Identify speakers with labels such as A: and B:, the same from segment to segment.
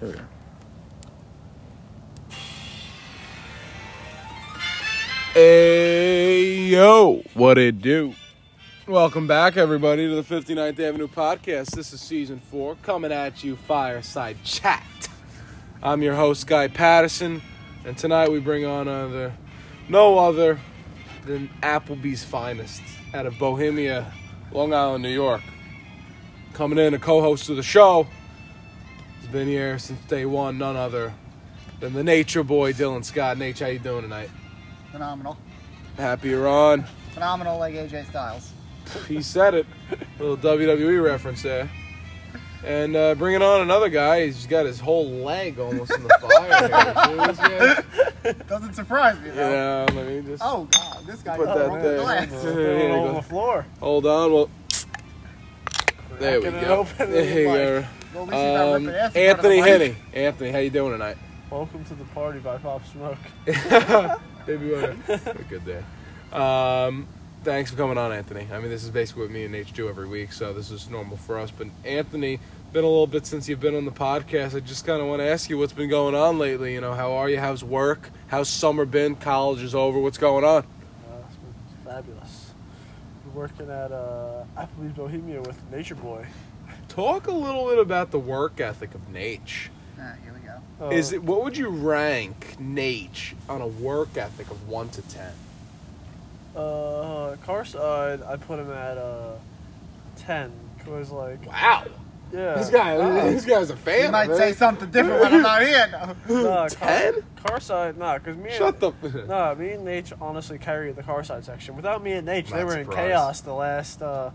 A: There we are. Hey yo, what it do? Welcome back, everybody, to the 59th Avenue Podcast. This is season four, coming at you fireside chat. I'm your host, Guy Patterson, and tonight we bring on other, no other than Applebee's finest out of Bohemia, Long Island, New York. Coming in, a co-host of the show, has been here since day one, none other than the Nature Boy, Dylan Scott. Nate, how you doing tonight?
B: Phenomenal.
A: Happy you're on.
B: Phenomenal like AJ Styles.
A: He said it. little WWE reference there. And uh, bringing on another guy, he's got his whole leg almost in the fire. here.
B: Doesn't surprise me
A: you
B: though.
A: know, let me just
B: Oh god, this guy
A: put
B: got
A: that
B: rolled the
A: there.
B: glass.
A: Here you go.
C: floor.
A: Hold on. Well, there we
C: Cracking it
A: go.
C: open.
A: There you
B: Well, at least he's not
A: go. Um,
B: ripping ass in front of the
A: Anthony
B: mic.
A: Henny. Anthony, how you doing tonight?
C: Welcome to the party by Pop Smoke.
A: Baby, we're good there. Um, thanks for coming on, Anthony. I mean, this is basically what me and Nate do every week, so this is normal for us. But Anthony, been a little bit since you've been on the podcast. I just kind of want to ask you what's been going on lately. You know, how are you? How's work? How's summer been? College is over. What's going on?
C: Uh, it's been fabulous. We're working at uh, Applebee's Bohemia with Nature Boy.
A: Talk a little bit about the work ethic of Nate.
B: Ah, here we go.
C: Uh,
A: Is it what would you rank Nate on a work ethic of one to ten?
C: Uh, car side, I put him at uh, 10. Because, like,
A: Wow,
C: yeah.
A: this guy,
C: Uh,
A: this guy's a fan.
B: He might
A: man.
B: say something different when I'm not here. No.
C: nah, car,
A: 10?
C: car side, nah, because me
A: Shut
C: and.
A: the.
C: Nah, me and Nate honestly carried the car side section. Without me and Nate, they
A: Not
C: were in
A: surprised.
C: chaos the last, uh,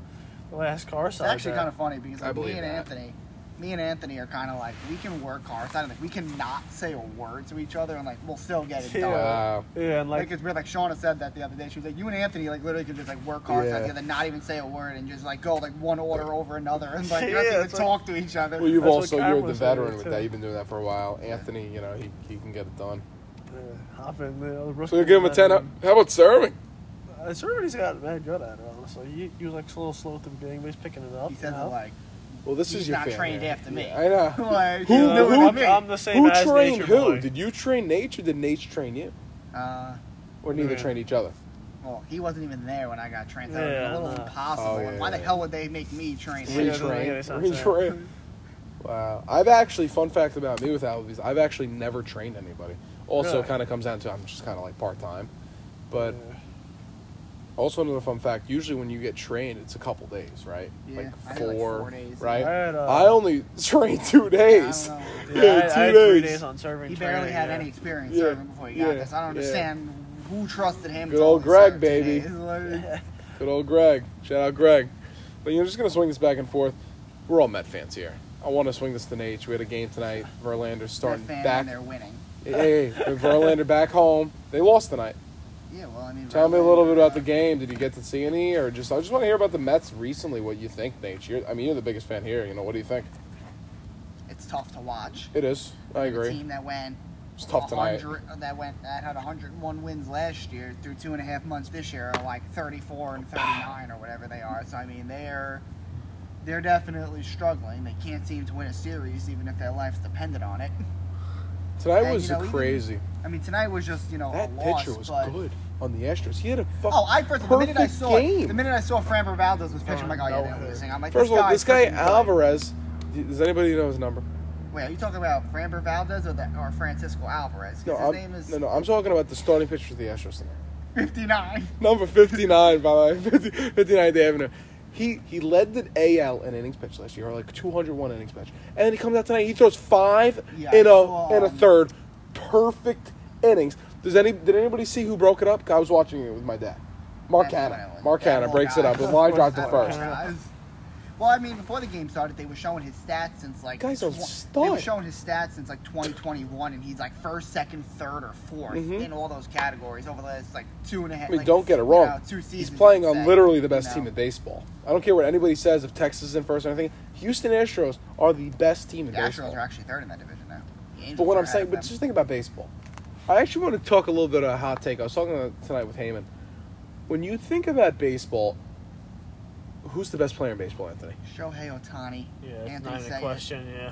C: the last car
B: It's
C: side.
B: actually
C: there.
B: kind of funny because
A: I
B: like, me
A: believe
B: and
A: that.
B: Anthony, me and Anthony are kind of like we can work hard. I don't think we cannot say a word to each other and like we'll still get it done.
C: Yeah.
A: Wow.
C: Yeah, and
B: Like
C: like,
B: it's weird. Like Shauna said that the other day. She was like, "You and Anthony like literally could just like work hard
A: Yeah.
B: together, not even say a word, and just like go like one order over another, and like you
C: Yeah,
B: don't even
C: it's like-
B: talk to each other."
A: Well, you've
C: That's what
A: also
C: Kyle
A: you're the
C: was saying,
A: veteran with
C: too.
A: that. You've been doing that for a while. Anthony, you know he, he can get it done.
C: uh, hop in the other
A: So you give him a ten. Up. How about serving?
C: Uh, Everybody's got mad good at it, honestly. He, he was like a little slow at the beginning, but he's picking it up.
B: he says it
C: now.
B: like,
A: Well, this
B: He's
A: is your
B: not
A: fan
B: trained
A: here.
B: after me.
A: Yeah, I know.
B: like
A: Who-
B: you know
A: who-
B: what I
C: I'm,
B: mean?
C: I'm the same
A: who
C: as
A: trained
C: Nature
A: who?
C: Boy.
A: Did you train Nate or did Nate train you?
B: Uh,
A: Or neither
C: Yeah.
A: trained each other?
B: well, he wasn't even there when I got trained. So it was
C: Yeah,
B: a little
C: nah.
B: impossible.
A: Oh, yeah,
B: Why the
A: yeah.
B: hell would they make me train?
C: Yeah,
B: him?
C: doesn't make any
A: Retrain.
C: sense,
A: Retrain. Wow. I've actually fun fact about me with Applebee's. I've actually never trained anybody. Also,
C: Really?
A: kind of comes down to I'm just kind of like part time, but.
C: Yeah.
A: Also, another fun fact: usually when you get trained, it's a couple days, right?
B: Yeah, I
A: like
B: did,
A: four,
B: like, four days.
A: right?
C: I had, uh,
A: I only trained two days.
B: I don't know.
C: Yeah, I, I
A: two
C: had three
A: days.
C: days on serving.
B: He barely
C: training,
B: had
C: yeah.
B: any experience
A: Yeah,
B: serving before he got
A: yeah,
B: this. I don't
A: yeah.
B: understand who trusted him.
A: Good
B: to
A: old
B: only
A: Greg,
B: serve
A: baby.
B: two days. Like,
A: Good old Greg. Shout out Greg. But you know, just gonna swing this back and forth. We're all Met fans here. I want to swing this to Nate. We had a game tonight. Verlander's
B: they're
A: starting
B: fan
A: back.
B: and they're winning.
A: Hey, hey, hey, Verlander back home. They lost tonight.
B: Yeah, well, I mean.
A: Tell me a
B: Verlander,
A: little bit about
B: uh,
A: the game. Did you get to see any, or just I just want to hear about the Mets recently. What you think, Nate? You're, I mean, you're the biggest fan here. You know, what do you think?
B: It's tough to watch.
A: It is. I
B: A
A: agree.
B: team that went
A: It's tough tonight.
B: 100 That went that had 101 wins last year through two and a half months this year are like 34 and 39 or whatever they are. So I mean they're they're definitely struggling. They can't seem to win a series even if their lives depended on it.
A: Tonight
B: And,
A: was
B: Uh, you know, even-
A: crazy.
B: I mean tonight was just you know
A: That
B: a loss,
A: pitcher was
B: but-
A: good on the Astros. He had a fucking
B: Oh, I first the minute I
A: perfect
B: saw
A: game.
B: the minute I saw Framber Valdez was pitching, I'm like, oh yeah,
C: no
B: they're
C: way.
B: losing. I'm like,
A: First of all, this guy
B: freaking good.
A: Alvarez. Does anybody know his number?
B: Wait, are you talking about Framber Valdez or that or Francisco Alvarez? 'Cause
A: No,
B: his
A: I'm,
B: name is
A: no, no. I'm talking about the starting pitcher for the Astros tonight.
B: 59.
A: Number 59 by the way, 50 59th Avenue. He he led the AL in innings pitched last year, or like 201 innings pitched, and then he comes out tonight. He throws five
B: Yeah,
A: in
B: I
A: a
B: saw,
A: in a
B: um,
A: third, perfect innings. Does any did anybody see who broke it up? I was watching it with my dad. Mark
B: That's
A: Hanna.
B: what I
A: Mark
B: want.
A: Hanna
B: That
A: breaks
B: little
A: it up.
B: guy.
A: with line drive to
B: That
C: little
A: first.
C: guy.
B: guy. Well, I mean, before the game started, they were showing his stats since like
A: Guy's a
B: tw-
A: stud.
B: they were showing his stats since like 2021, and he's like first, second, third, or 4th
A: Mhm.
B: in all those categories over the last like two and a half.
A: I mean,
B: like,
A: don't get it
B: you
A: wrong.
B: know, two
A: He's
B: seasons.
A: playing
B: you could
A: on
B: say,
A: literally the best
B: you know.
A: team in baseball. I don't care what anybody says if Texas is in first or anything. Houston Astros are the best team in
B: The
A: baseball.
B: Astros are actually third in that division now. The Angels
A: but what
B: are
A: I'm
B: ahead
A: saying,
B: of
A: but
B: them.
A: just think about baseball. I actually want to talk a little bit of a hot take. I was talking to- tonight with Heyman. When you think about baseball, who's the best player in baseball, Anthony?
B: Shohei Otani,
C: Yeah, it's
B: Anthony
C: not even a
B: Seiya.
C: question, yeah.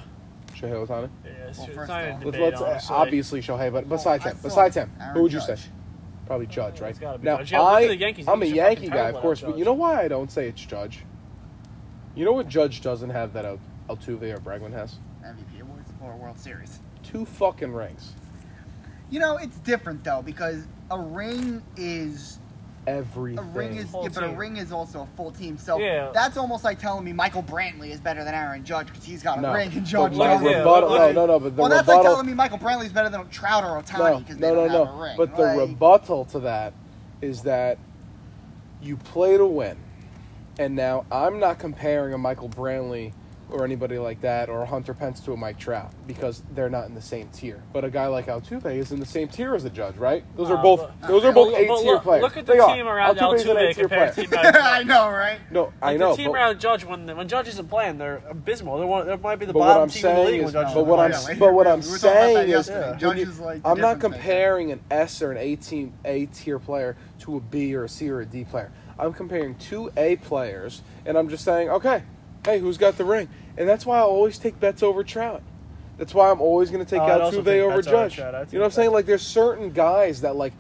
A: Shohei Otani?
C: Yeah, it's,
B: Well,
C: it's
B: first
C: not a
A: Let's,
B: off-
C: debate,
A: let's uh,
C: honestly.
A: obviously Shohei, but besides
B: Oh, I
A: him,
B: still
A: besides
B: like
A: him,
B: Aaron
A: who would you
B: Judge.
A: say? Probably Judge,
C: Oh, it's
A: right?
C: gotta be
A: Now
C: Judge. Yeah, look
A: I,
C: at the Yankees.
A: I'm a
C: He's just
A: Yankee
C: fucking
A: guy, of
C: terrible
A: course,
C: at
A: but you
C: Judge.
A: know why I don't say it's Judge? You know what Judge doesn't have that Al- Altuve or Bregman has?
B: MVP awards or World Series.
A: Two fucking rings.
B: You know, it's different though because a ring is
A: Everything.
B: a ring is,
C: Full
B: yeah, but a
C: team.
B: ring is also a full team. So
C: Yeah.
B: that's almost like telling me Michael Brantley is better than Aaron Judge because he's got a
A: no.
B: ring and Judge
A: But my
C: does.
B: doesn't.
C: Yeah,
A: rebuttal,
C: look at-
A: no, no, no, but the
B: well, that's like
A: rebuttal.
B: telling me Michael Brantley's better than Trout or Otani
A: no,
B: because they
A: no,
B: don't
A: no,
B: have a
A: no.
B: ring.
A: But
B: Like,
A: the rebuttal to that is that you play to win, and now I'm not comparing a Michael Brantley or anybody like that or a Hunter Pence to a Mike Trout because they're not in the same tier. But a guy like Altuve is in the same tier as a judge, right? Those are
C: Uh,
A: both
C: but-
A: those are
B: but
A: both
C: But
A: eight
C: look-
A: tier players.
C: Look at the
A: They are.
C: team around
A: Altuve's an
C: Altuve
A: eight-tier
C: compared to
A: player.
C: team around
B: I know, right?
A: No, I
C: Like,
A: know.
C: The team
A: but-
C: around Judge when when Judge isn't playing, they're abysmal. They're one. They might be the
A: But what
C: bottom
A: I'm
C: team in the league
A: saying
C: when
A: is,
C: Judge
A: but
C: isn't
A: what I'm,
C: playing.
B: Yeah,
A: but what
B: we
A: I'm
B: were talking about that
A: saying is,
B: yesterday.
A: when
B: Judge
A: you-
B: is, like, the
A: I'm not
B: difference maker.
A: comparing an S or an A team, A tier player to a B or a C or a D player. I'm comparing two A players, and I'm just saying, okay, hey, who's got the ring? And that's why I always take bets over Trout. That's why I'm always going to take
C: Oh, I'd also
A: Altuve
C: take
A: over
C: bets over
A: Judge.
C: Trout. I'd
A: You know what I'm
C: take
A: saying?
C: bets.
A: Like, there's certain guys that like,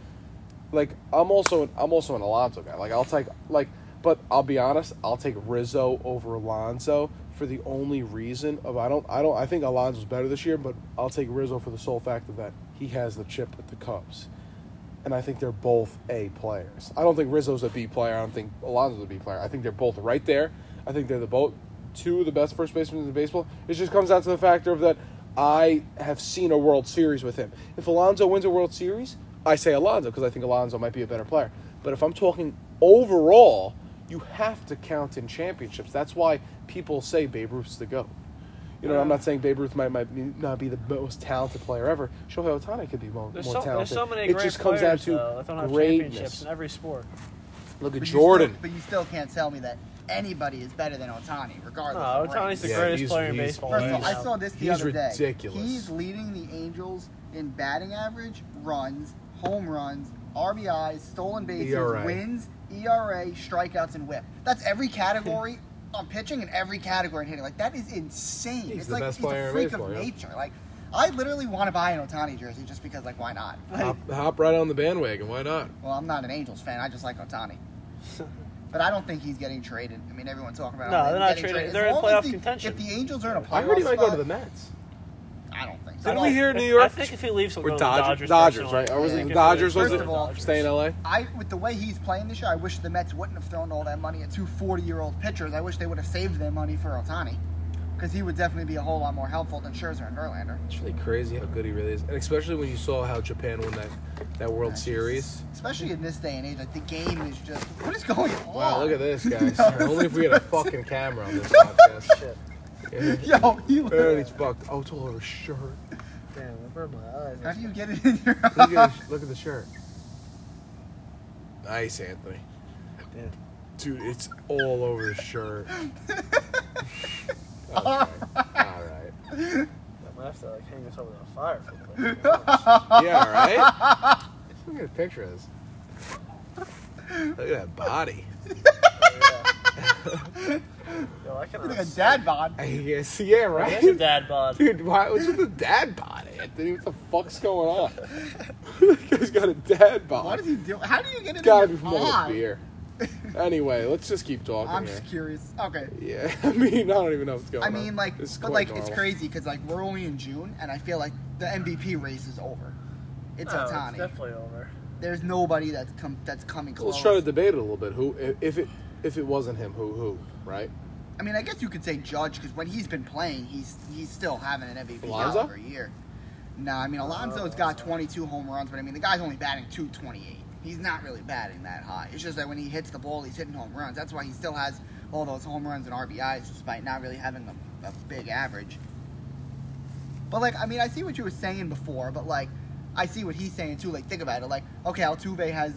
A: like I'm also I'm also an Alonzo guy. Like I'll take like, but I'll be honest, I'll take Rizzo over Alonzo for the only reason of I don't I don't I think Alonzo's better this year, but I'll take Rizzo for the sole fact of that he has the chip with the Cubs, and I think they're both A players. I don't think Rizzo's a B player. I don't think Alonzo's a B player. I think they're both right there. I think they're the both two of the best first basemen in baseball. It just comes down to the factor of that. I have seen a World Series with him. If Alonzo wins a World Series, I say Alonzo because I think Alonzo might be a better player. But if I'm talking overall, you have to count in championships. That's why people say Babe Ruth's the GOAT. You know, I'm not saying Babe Ruth might, might be, not be the most talented player ever. Shohei Otani could be more,
C: There's
A: more
C: so,
A: talented.
C: there's so many
A: it
C: great
A: just comes down
C: players,
A: to
C: though, that don't have championships
A: greatness.
C: in every sport.
A: Look at
B: But you
A: Jordan.
B: still- but you still can't tell me that anybody is better than Otani,
C: No,
B: regardless. of
C: Otani's
B: rings.
C: the
A: Yeah,
C: greatest
A: he's-
C: player in
A: he's-
C: baseball.
B: First of all,
C: right
B: I
C: now.
B: saw this the
A: He's
B: other day.
A: ridiculous.
B: He's leading the Angels in batting average, runs, home runs, RBIs, stolen bases,
A: ERA.
B: wins, ERA, strikeouts, and WHIP. That's every category on pitching and every category in hitting. Like that is insane.
A: He's
B: it's
A: the
B: like
A: best
B: he's
A: player
B: a
A: in
B: freak
A: baseball,
B: of
A: yeah.
B: nature. Like I literally want to buy an Otani jersey just because, like, why not? Like,
A: hop, hop right on the bandwagon. Why not?
B: well, I'm not an Angels fan. I just like Otani. But I don't think he's getting traded. I mean, everyone's talking about.
C: No,
B: him
C: they're not
B: getting
C: trading.
B: As
C: They're in
B: long as
C: playoff
B: the-
C: contention.
B: If the Angels are in a playoff
A: I heard he might
B: spot,
A: go to the Mets.
B: I don't think so.
A: Didn't
C: I
A: we
C: don't-
A: hear in New
C: I
A: York?
C: think if he leaves, he'll
A: Or
C: go to the
A: Dodgers,
C: Dodgers.
A: Dodgers,
C: personally.
A: right? Or was
B: Yeah.
A: it the
C: If
A: Dodgers?
C: leaves,
A: Was it
B: First of all-
A: stay in L.A.?
B: I, with the way he's playing this year, I wish the Mets wouldn't have thrown all that money at two 40 year old pitchers. I wish they would have saved their money for Otani. Because he would definitely be a whole lot more helpful than Scherzer and Verlander.
A: It's really crazy how good he really is, and especially when you saw how Japan won that that World Series.
B: Especially in this day and age, like the game is just what is going on?
A: Wow, look at this, guys.
B: No,
A: Only if we had a
B: it's-
A: fucking camera on this podcast. Shit. Yeah.
B: Yo, he
A: Man, he's fucked. Oh, it's all over his shirt.
C: Damn, I burned my
B: How
C: eyes.
B: do you get it in your
A: Look at, his, look at the shirt. Nice, Anthony.
C: Damn.
A: Dude, it's all over his shirt. Okay. All right.
C: I might have to like hang this over the fire.
A: Yeah, right? Let's look at a picture of this. Look at that body.
C: Yo, I
B: like a
C: can.
B: dad bod?
A: I guess, yeah, right?
C: That's a dad bod.
A: Dude, why, what's with the dad bod, Anthony? What the fuck's going on? that guy's got a dad bod.
B: What is he doing? How do you get it
A: It's gotta
B: in
A: be
B: your
A: from all
B: eye?
A: the beer. Anyway, let's just keep talking
B: I'm
A: here.
B: just curious. Okay.
A: Yeah, I mean, I don't even know what's going
B: I
A: on.
B: mean, like,
A: This is
B: but
A: quite
B: like, it's
A: normal.
B: crazy because like we're only in June, and I feel like the MVP race is over. It's
C: No,
B: Otani.
C: It's definitely over.
B: There's nobody that's come that's coming close.
A: Let's try to debate it a little bit. Who, i- if it, if it wasn't him, who, who, right?
B: I mean, I guess you could say Judge because when he's been playing, he's he's still having an MVP
A: Alonzo? Uh,
B: caliber year. Nah, I mean Alonzo's got 22 home runs, but I mean the guy's only batting 228. He's not really batting that high. It's just that when he hits the ball, he's hitting home runs. That's why he still has all those home runs and RBIs despite not really having a, a big average. But like, I mean, I see what you were saying before, but like, I see what he's saying too. Like, think about it. Like, okay, Altuve has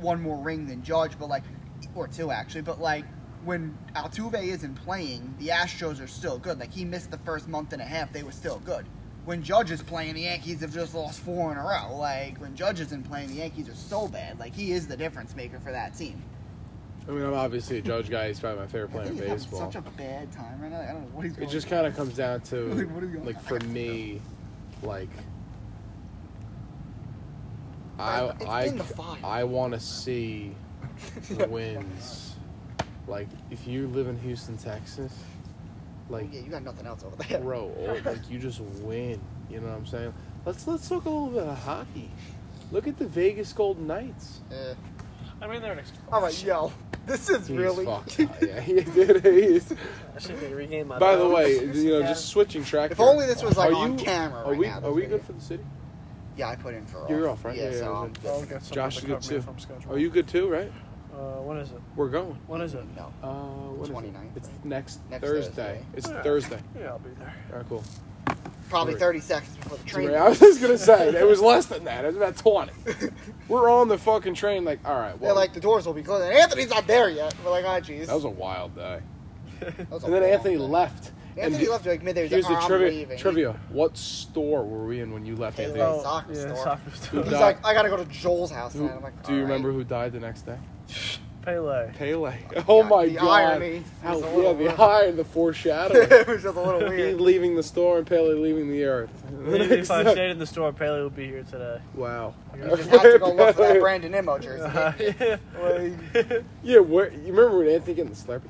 B: one more ring than Judge, but like, or two actually. But like, when Altuve isn't playing, the Astros are still good. Like, he missed the first month and a half; they were still good. When Judge is playing, the Yankees have just lost four in a row. Like, when Judge isn't playing, the Yankees are so bad. Like, he is the difference maker for that team.
A: I mean, I'm obviously a Judge guy. He's probably my favorite player in
D: He's having
A: baseball.
D: such a bad time right now. I don't know what he's
A: It
D: going
A: just kind of comes down to
D: Like, what are you going-
A: like for me, like I
B: It's
A: I
B: in the file.
A: I want to see the wins. Like if you live in Houston, Texas, like
B: yeah, you got nothing else over there.
A: bro, or, like you just win. You know what I'm saying? Let's let's look a little bit of hockey. Look at the Vegas Golden Knights.
B: Eh.
C: I mean, they're an ex-
B: all right, yo, this is
A: He's
B: really.
A: fucked up. Yeah, he did. He is.
C: I should be regained my.
A: By the
C: balance.
A: way, you know, just switching track.
B: If
A: here.
B: only this was, like,
A: Are
B: on
A: you-
B: camera
A: Are
B: right
A: we
B: now,
A: are we
B: this
A: good
B: video.
A: for the city?
B: yeah, I put in for.
A: You're off, right?
B: Yeah,
A: Yeah, yeah,
B: so
A: yeah.
B: I'm
C: I'll
B: good.
C: get someone
A: Josh
C: to
A: is good
C: cover it
A: too.
C: From schedule.
A: Are Oh, you good too? Right?
C: Uh, when is it?
A: We're going.
C: When is it?
B: No.
A: Uh, what is it?
B: 29th,
A: It's
B: right?
A: next,
B: Next
A: Thursday.
B: Thursday.
A: It's
C: Yeah.
A: Thursday.
C: Yeah, I'll be there.
A: All right, cool.
B: Probably
A: Three.
B: 30 seconds before the train.
A: I was just gonna say it was less than that. It was about twenty. We're on the fucking train. Like, all right.
B: They're
A: Well,
B: like, the doors will be closing. Anthony's not there yet. We're like, oh, jeez.
A: that was a wild day.
B: That was a
A: And then
B: long
A: Anthony
B: day.
A: left.
B: Anthony
A: and
B: left like midday. He's
A: Here's
B: like,
A: the
B: "Oh, I'm
A: trivia.
B: leaving."
A: Trivia. What store were we in when you left,
B: Taylor.
A: Anthony?
B: Oh, soccer
C: yeah,
B: store.
C: soccer store.
B: He's
A: Who
B: like, I gotta go to Joel's house
A: Who-
B: now. I'm like,
A: do you
B: "All right."
A: remember who died the next day?
C: Pele.
A: Pele. Oh
B: Yeah,
A: my
B: the
A: god.
B: irony.
A: How,
B: It's a
A: yeah,
B: little
A: the
B: rough.
A: irony, the foreshadowing.
B: it was just a little
A: He
B: weird.
A: leaving the store and Pele leaving the earth.
C: Maybe if I stayed in the store, Pele would be here today.
A: Wow.
B: You just have to go look for that Brandon Nimmo jersey.
A: Uh-huh.
C: Like-
A: Yeah, where, you remember when Anthony getting the Slurpee?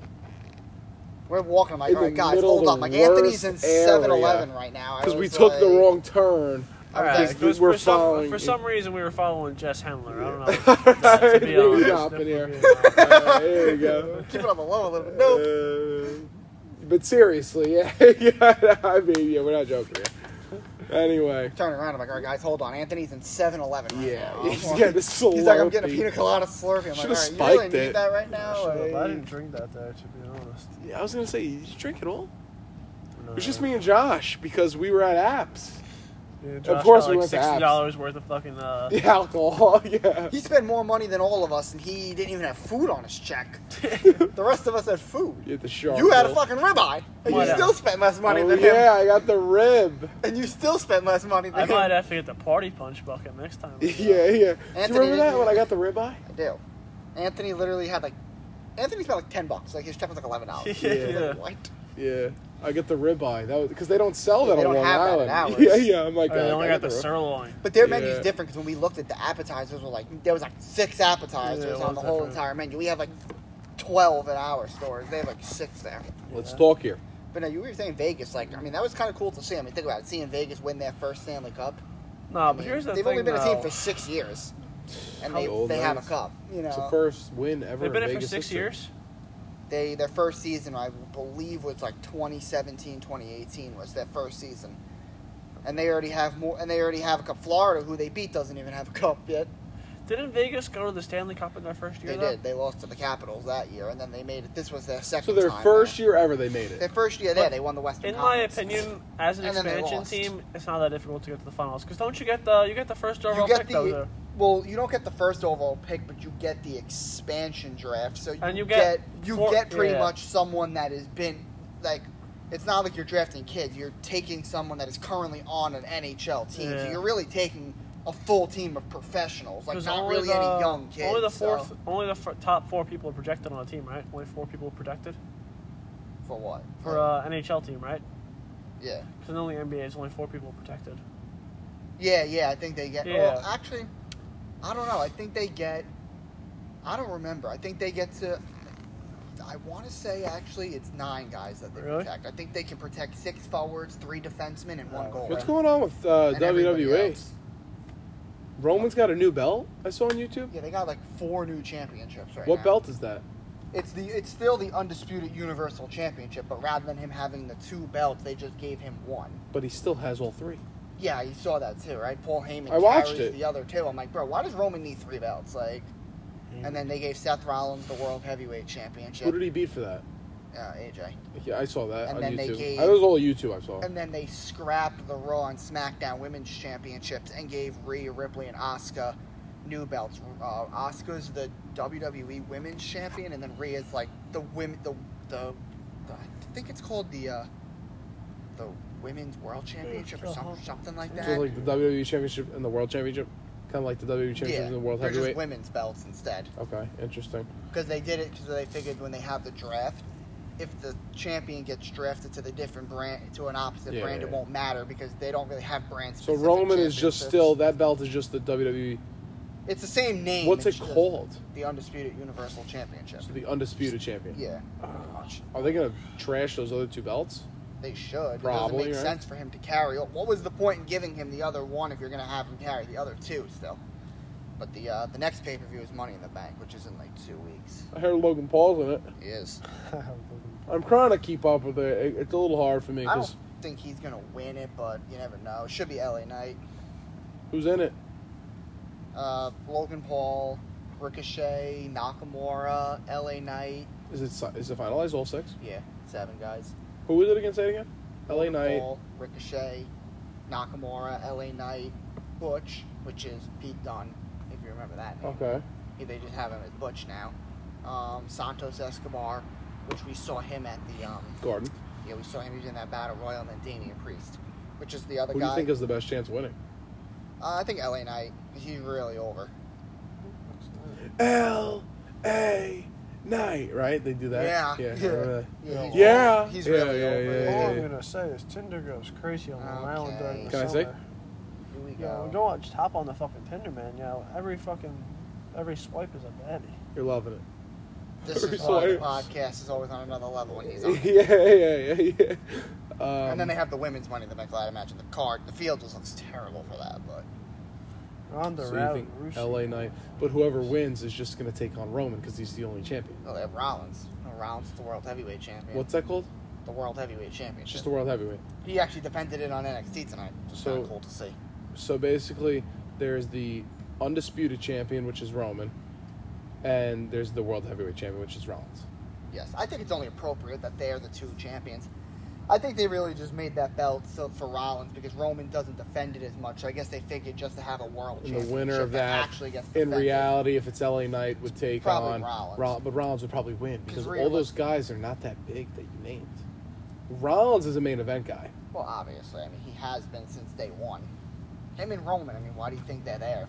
B: We're walking. I'm like,
A: In
B: all
A: the
B: right, guys,
A: middle of
B: hold
A: the
B: up. Like, Anthony's in
A: worst area.
B: 7 Eleven right now. I
A: Because we
B: was
A: took the
B: like-
A: wrong turn.
B: I
C: All
B: was
C: right,
A: Because
B: like,
A: we
C: because
A: were
C: for some,
A: following-
C: for some reason we were following Jess Hemler. I don't know.
A: Alright,
C: Oh, to be
A: we
C: honest,
A: got
C: that
A: in
C: would
A: here.
C: be a lot.
A: Uh, there you go.
B: keep it on the low a little bit. Nope.
A: Uh, but seriously, yeah, yeah, I mean, yeah, we're not joking. here. Anyway,
B: Turn around. I'm like, all right, guys, hold on. Anthony's in 7 Eleven right
A: yeah,
B: now.
A: he's
B: I'm
A: getting a
B: like-
A: Slurpee.
B: He's like, I'm getting a pina colada slurpee. I'm like, all
A: Should've
B: right, you really
A: spiked
B: need
A: it.
B: that right
C: I
B: now?
C: should've- I
B: Like-
C: didn't drink that day, to be honest.
A: Yeah, I was gonna say, did you drink it all?
C: No.
A: It was just me and Josh because we were at apps.
C: Yeah,
A: Of course
C: got
A: we
C: like
A: went to
C: sixty dollars worth of fucking. Uh,
A: The alcohol, yeah.
B: He spent more money than all of us, and he didn't even have food on his check. the rest of us had food.
A: You had the shark.
B: You had a
A: hole.
B: fucking ribeye, and you
C: Yeah.
B: still spent less money
A: Oh,
B: than
A: yeah,
B: him.
A: I got the rib.
B: And you still spent less money than
C: I
B: him.
C: might have to get the party punch bucket next time.
A: Yeah, yeah. Do
B: Anthony
A: you remember that
B: didn't-
A: when I got the ribeye?
B: I do. Anthony literally had like, Anthony spent like ten bucks. Like his check was like eleven dollars.
C: Yeah.
B: What?
A: Yeah, I get the ribeye. That was because they don't sell that
B: They
A: on Long
B: don't have that
A: Island.
B: in ours.
A: Yeah, yeah. I'm like,
C: Alright, Oh, they
A: I
C: only
A: got
C: got the
A: rib-
C: sirloin.
B: But their
A: Yeah.
B: menu's different because when we looked at the appetizers, was like there was like six
C: Yeah,
B: appetizers
C: it
B: on the
C: was
B: whole
C: different.
B: entire menu. We had like twelve at our stores. They had like six there.
A: Let's talk here.
B: But no, you were saying Vegas. Like, I mean, that was kind of cool to see. I mean, think about it. Seeing Vegas win their first Stanley Cup.
C: No,
B: I
C: but
B: mean,
C: Um, here's the
B: they've
C: thing.
B: only been a
C: though.
B: team for six years, and
A: How
B: they,
A: old
B: they
A: are
B: have a
A: they?
B: cup. You know,
A: It's the first win ever.
C: They've been
A: in
C: in for
A: Vegas
C: six
A: history.
C: years.
B: they their first season, I believe, was like 2017, 2018 was their first season, and they already have more. And they already have a cup. Florida, who they beat, doesn't even have a cup yet.
C: Didn't Vegas go to the Stanley Cup in their first year?
B: They
C: though?
B: did. They lost to the Capitals that year, and then they made it. This was their
A: So
B: second.
A: their
B: time
A: first
B: there.
A: year ever, they made
B: Their
A: it.
B: first year there,
C: But
B: they won the Western.
C: In my
B: Conference.
C: opinion, as an
B: And then they
C: expansion
B: lost.
C: team, it's not that difficult to get to the finals. Because don't you get the you get the first
B: you
C: overall
B: get
C: pick
B: the
C: though, there.
B: well, you don't get the first overall pick, but you get the expansion draft. So you,
C: And you
B: get,
C: get
B: you
C: four-
B: get pretty
C: yeah.
B: much someone that has been like. It's not like you're drafting kids. You're taking someone that is currently on an NHL team. So
C: Yeah.
B: you're really taking a full team of professionals, like
C: 'Cause
B: not
C: only
B: really
C: the,
B: any young kids.
C: Only the fourth,
B: so-
C: only the f- top four people are projected on a team, right? Only four people are projected
B: for what?
C: for uh, NHL team, right?
B: yeah,
C: Because in the only NBA, it's only four people protected.
B: yeah, yeah. I think they get. Well,
C: Yeah.
B: actually, I don't know. I think they get. I don't remember. I think they get to. I want to say actually it's nine guys that they
C: Really?
B: protect. I think they can protect six forwards, three defensemen, and one
C: Oh.
B: goalie.
A: What's going on with uh,
B: And everybody
A: WWE?
B: else.
A: Roman's got a new belt. I saw on YouTube.
B: Yeah, they got like four new championships right
A: What
B: now.
A: belt is that?
B: It's the it's still the undisputed Universal Championship, but rather than him having the two belts, they just gave him one.
A: But he still has all three.
B: Yeah, you saw that too, right? Paul Heyman
A: I watched
B: carries
A: it.
B: the other two. I'm like, bro, why does Roman need three belts? Like, and then they gave Seth Rollins the World Heavyweight Championship.
A: Who did he beat for that?
B: uh, AJ.
A: Yeah, I saw that
B: And
A: on
B: then they
A: YouTube.
B: gave-
A: I was all YouTube. I saw.
B: And then they scrapped the Raw and SmackDown Women's Championships and gave Rhea Ripley and Asuka new belts. Uh, Asuka's the WWE Women's Champion, and then Rhea's like the women, the, the, the I think it's called the uh, the Women's World Championship or some, something like
A: So
B: that.
A: it's like E the WWE Championship and the World Championship. Kind of like the WWE Championship
B: yeah,
A: and the World
B: they're just
A: Heavyweight.
B: women's belts instead
A: Okay, interesting.
B: because they did it because they figured when they have the draft, if the champion gets drafted to the different brand to an opposite
A: Yeah,
B: brand,
A: yeah,
B: it
A: yeah.
B: won't matter because they don't really have brands.
A: So Roman is just still that belt is just the E, WWE.
B: It's the same name.
A: What's
B: it's
A: it
B: just
A: called?
B: The Undisputed Universal Championship.
A: So the Ah. undisputed champion.
B: Yeah,
A: Are they gonna trash those other two belts?
B: they should.
A: Probably,
B: it doesn't make
A: right?
B: sense for him to carry. What was the point in giving him the other one if you're going to have him carry the other two still? But the uh, the next pay per view is Money in the Bank, which is in like two weeks.
A: I heard Logan Paul's in it.
B: It is.
A: I'm trying to keep up with it. It- It's a little hard for me
B: I don't
A: because
B: think he's going to win it, but you never know. It should be LA Knight.
A: who's in it?
B: uh, Logan Paul, Ricochet, Nakamura, LA Knight.
A: Is it si- is it finalized all six?
B: Yeah, seven guys.
A: Who is it against? Say it again. LA
B: Logan
A: Knight.
B: Paul, Ricochet, Nakamura, LA Knight, Butch, which is Pete Dunne, if you remember that name.
A: Okay.
B: Yeah, They just have him as Butch now. Um, Santos Escobar, which we saw him at the um,
A: Gordon.
B: yeah, we saw him he was in that battle royal, and then Damian Priest, which is the other
A: Who do
B: guy.
A: you think is the best chance of winning?
B: uh, I think LA Knight. He's really over.
A: L A Knight. Right? They do
B: Yeah.
A: that. Yeah. I remember that.
B: Yeah, he's,
A: Yeah.
B: He's
A: Yeah,
B: really
A: yeah,
B: over.
A: yeah,
B: it.
A: yeah,
C: All I'm
A: yeah.
C: gonna say is Tinder goes crazy on the mound during the
A: Can I say?
C: summer.
B: Here we
C: Yeah,
B: go.
C: go on, just hop on the fucking Tinder, man. Yeah, every fucking, every swipe is a baddie.
A: You're loving it.
B: This is
A: So
B: why the
A: I-
B: podcast is always on another level when he's on.
A: yeah, yeah, yeah, yeah. Um,
B: and then they have the women's money in the bank ladder match in the card. The field just looks terrible for that, but
C: Ronda
A: so you
C: Rousey.
A: think
C: Rousey.
A: LA Knight, but whoever wins is just gonna take on Roman because he's the only champion.
B: no, they have Rollins. No, Rollins is the world heavyweight champion.
A: What's that called?
B: the world heavyweight
A: It's
B: championship?
A: just the world heavyweight.
B: he actually defended it on NXT tonight. Just
A: So-
B: so cool to see.
A: So basically, there's the undisputed champion, which is Roman, and there's the world heavyweight champion, which is Rollins.
B: Yes, I think it's only appropriate that they are the two champions. I think they really just made that belt so for Rollins because Roman doesn't defend it as much. I guess they figured just to have a world
A: And the
B: championship
A: winner of that,
B: actually gets
A: in
B: defended.
A: reality, if it's LA Knight, would take
B: Probably
A: on
B: Rollins.
A: Roll- but Rollins would probably win because all
B: realistic-
A: those guys are not that big that you named. Rollins is a main event guy.
B: Well, obviously, I mean, he has been since day one. Him and Roman, I mean, why do you think they're there?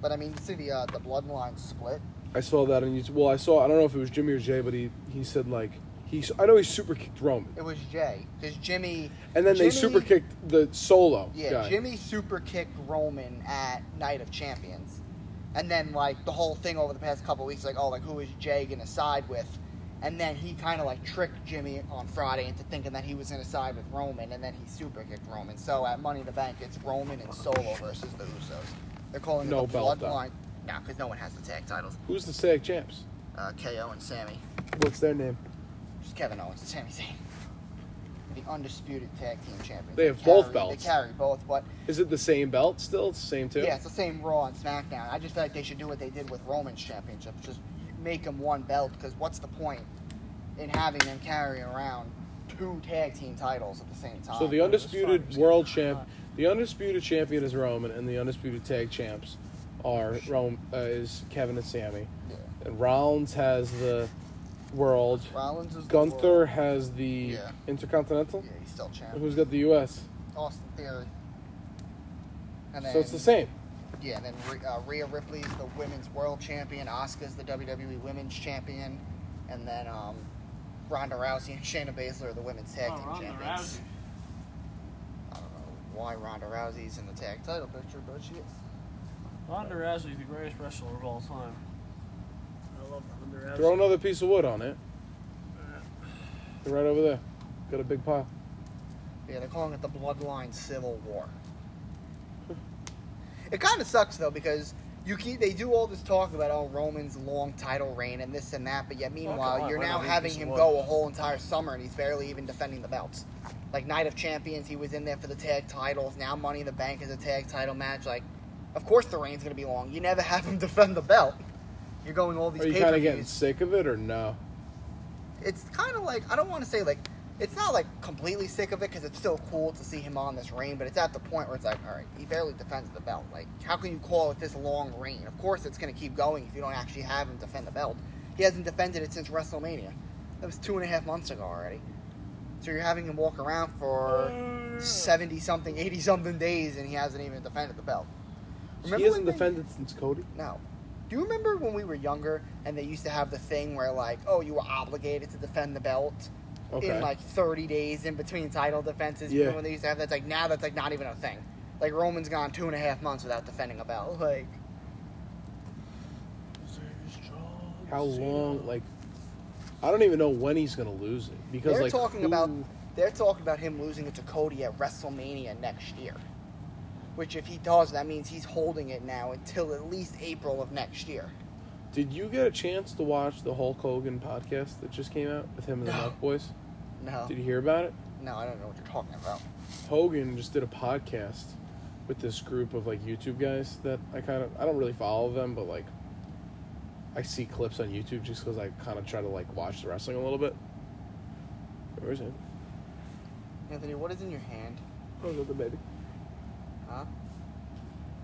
B: But I mean, you see the uh, the bloodline split.
A: I saw that on YouTube. Well, I saw. I don't know if it was Jimmy or Jay, but he he said like he. I know he super kicked Roman,
B: It was Jay because Jimmy.
A: and then they
B: Jimmy-
A: super kicked the solo
B: Yeah,
A: guy.
B: Jimmy super kicked Roman at Night of Champions, and then like the whole thing over the past couple weeks, like oh, like who is Jay gonna side with? And then he kind of like tricked Jimmy on Friday into thinking that he was gonna side with Roman, and then he super kicked Roman. So at Money in the Bank, it's Roman and Solo versus the Usos. They're calling
A: No
B: it the
A: belt, though.
B: Bloodline. No, because no one has the tag titles.
A: Who's the SAG champs?
B: Uh, KO and Sammy,
A: What's their name?
B: just Kevin Owens and Sami Zayn. The undisputed tag team champions.
A: They have both
B: carry-
A: belts.
B: They carry both, but
A: Is it the same belt still? It's the same too.
B: Yeah, it's the same Raw and SmackDown. I just feel like they should do what they did with Roman's championship, just make them one belt. Because what's the point in having them carry around two tag team titles at the same time?
A: So the
C: un-
A: undisputed
C: Osiris.
A: world champ, the undisputed champion is Roman, and the undisputed tag champs are Rome uh, is Kevin and Sammy,
B: Yeah.
A: and Rollins has the world.
B: Rollins is the
A: Gunther
B: world-
A: has the
B: Yeah.
A: Intercontinental.
B: Yeah, he's still
A: And
B: champ.
A: Who's got the U.S.?
B: Austin Theory. And
A: so it's the same.
B: Yeah, and then Rhea- uh, Rhea Ripley's the women's world champion. Asuka's the WWE women's champion, and then um, Ronda Rousey and Shayna Baszler are the women's tag
C: Oh,
B: team champions. I don't know why Ronda Rousey's in the tag title picture, but she is.
C: Ronda Rousey's the greatest wrestler of all time. I love Ronda Rousey.
A: Throw another piece of wood on it. They're right over there. Got a big pile.
B: Yeah, they're calling it the Bloodline Civil War. it kind of sucks though because you keep they do all this talk about oh Roman's long title reign and this and that, but yet meanwhile
C: on,
B: you're
C: why
B: now
C: not?
B: having
C: This
B: him
C: was-
B: go a whole entire summer and he's barely even defending the belts. Like Night of Champions, he was in there for the tag titles. Now Money in the Bank is a tag title match. Like, of course the reign's gonna be long. You never have him defend the belt. You're going all these.
A: Are you kind of
B: pay-per-views.
A: getting sick of it or no?
B: it's kind of like I don't want to say like it's not like completely sick of it because it's still cool to see him on this reign, but it's at the point where it's like, all right, he barely defends the belt. Like, how can you call it this long reign? Of course, it's going to keep going if you don't actually have him defend the belt. He hasn't defended it since WrestleMania. That was two and a half months ago already. So you're having him walk around for seventy something, eighty something days, and he hasn't even defended the belt. Remember
A: she hasn't
B: when they-
A: defended since Cody.
B: No. Do you remember when we were younger and they used to have the thing where like, oh, you were obligated to defend the belt
A: Okay.
B: in like 30 days in between title defenses?
A: Yeah.
B: Remember when they used to have that? It's like now that's like not even a thing. Like Roman's gone two and a half months without defending a belt. Like
A: How long? Like, I don't even know when he's gonna lose it because
B: they're
A: like
B: talking
A: who-
B: about they're talking about him losing it to Cody at WrestleMania next year. Which if he does, that means he's holding it now until at least April of next year.
A: Did you get a chance to watch the Hulk Hogan podcast that just came out with him and the
B: No.
A: Milk Boys?
B: No.
A: Did you hear about it?
B: No, I don't know what you're talking about.
A: Hogan just did a podcast with this group of like YouTube guys that I kind of I don't really follow them, but like I see clips on YouTube just because I kind of try to like watch the wrestling a little bit. Where is it?
B: Anthony, what is in your hand?
A: Oh, no, the baby.
B: Huh?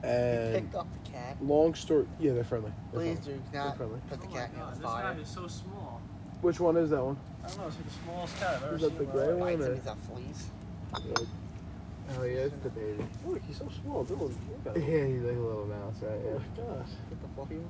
B: You
A: And
B: picked up the cat.
A: long story, yeah, they're friendly. They're
B: Please
A: friendly.
B: do not
A: They're friendly.
B: put the
C: Oh my
B: cat
C: God,
B: in the
C: this
B: fire.
C: cat is so small.
A: Which one is that one?
C: I don't know, it's like the smallest cat I've ever
A: Is that
C: seen.
A: the
C: in my
A: gray
C: life.
A: one?
B: Bites him, he's on fleas.
A: Oh, yeah, it's the baby.
C: Look, he's so small, Dylan. Look at him.
A: Yeah, he's like a little mouse, right?
C: Oh my gosh.
B: What the fluffy one?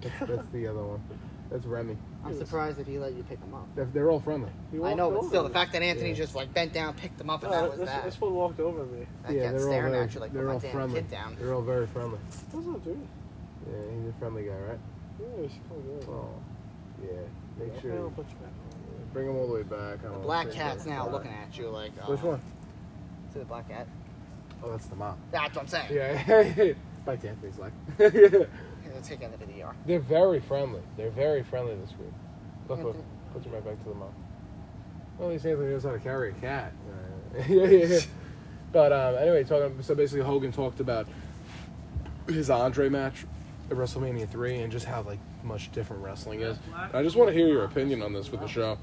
A: That's, that's the other one. That's Remy.
B: I'm surprised that he let you pick him up.
A: They're, they're all friendly.
C: He
B: I
C: walked
B: know, but still,
C: over
B: the
C: me.
B: fact that Anthony
A: Yeah. Oh,
B: just like bent down, picked him up, and
C: No,
B: that was
C: this,
B: that.
C: this one walked over me.
B: That
A: yeah, they're
B: cat's
A: all
B: staring
A: very,
B: at you like, put
A: they're
B: my
A: all
B: damn
A: friendly.
B: kid down.
A: They're all very friendly.
C: What's up, dude?
A: Yeah, he's a friendly guy, right?
C: Yeah, she's cool,
A: Oh, yeah.
C: yeah.
A: Make
C: Yeah,
A: sure
C: I'll
A: you
C: put you back on.
A: bring him all the way back. Oh, I
B: The
A: don't
B: black
A: think
B: cat's
A: that's
B: now
A: fine.
B: looking at you like. Uh,
A: Which one?
B: See the black cat?
A: Oh, that's the mom.
B: That's what I'm saying.
A: Yeah. By Anthony's like.
B: He's gonna take him to the ER.
A: They're very friendly. They're very friendly this group. Look, look.
B: Anthony-
A: Put your right back to the mom. Well, at least Anthony knows how to carry a cat. yeah, yeah, yeah. But um, anyway, talking. So basically, Hogan talked about his Andre match at WrestleMania three and just how like much different wrestling is. And I just want to hear your opinion on this with the show.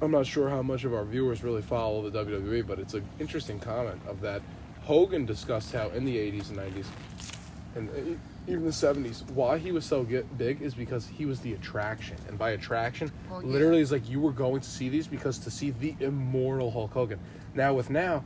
A: I'm not sure how much of our viewers really follow the WWE, but it's an interesting comment of that. Hogan discussed how in the 80s and 90s, and e- even the 70s, why he was so get big is because he was the attraction. And by attraction,
B: Well, yeah.
A: literally, it's like you were going to see these because to see the immortal Hulk Hogan. Now, with now,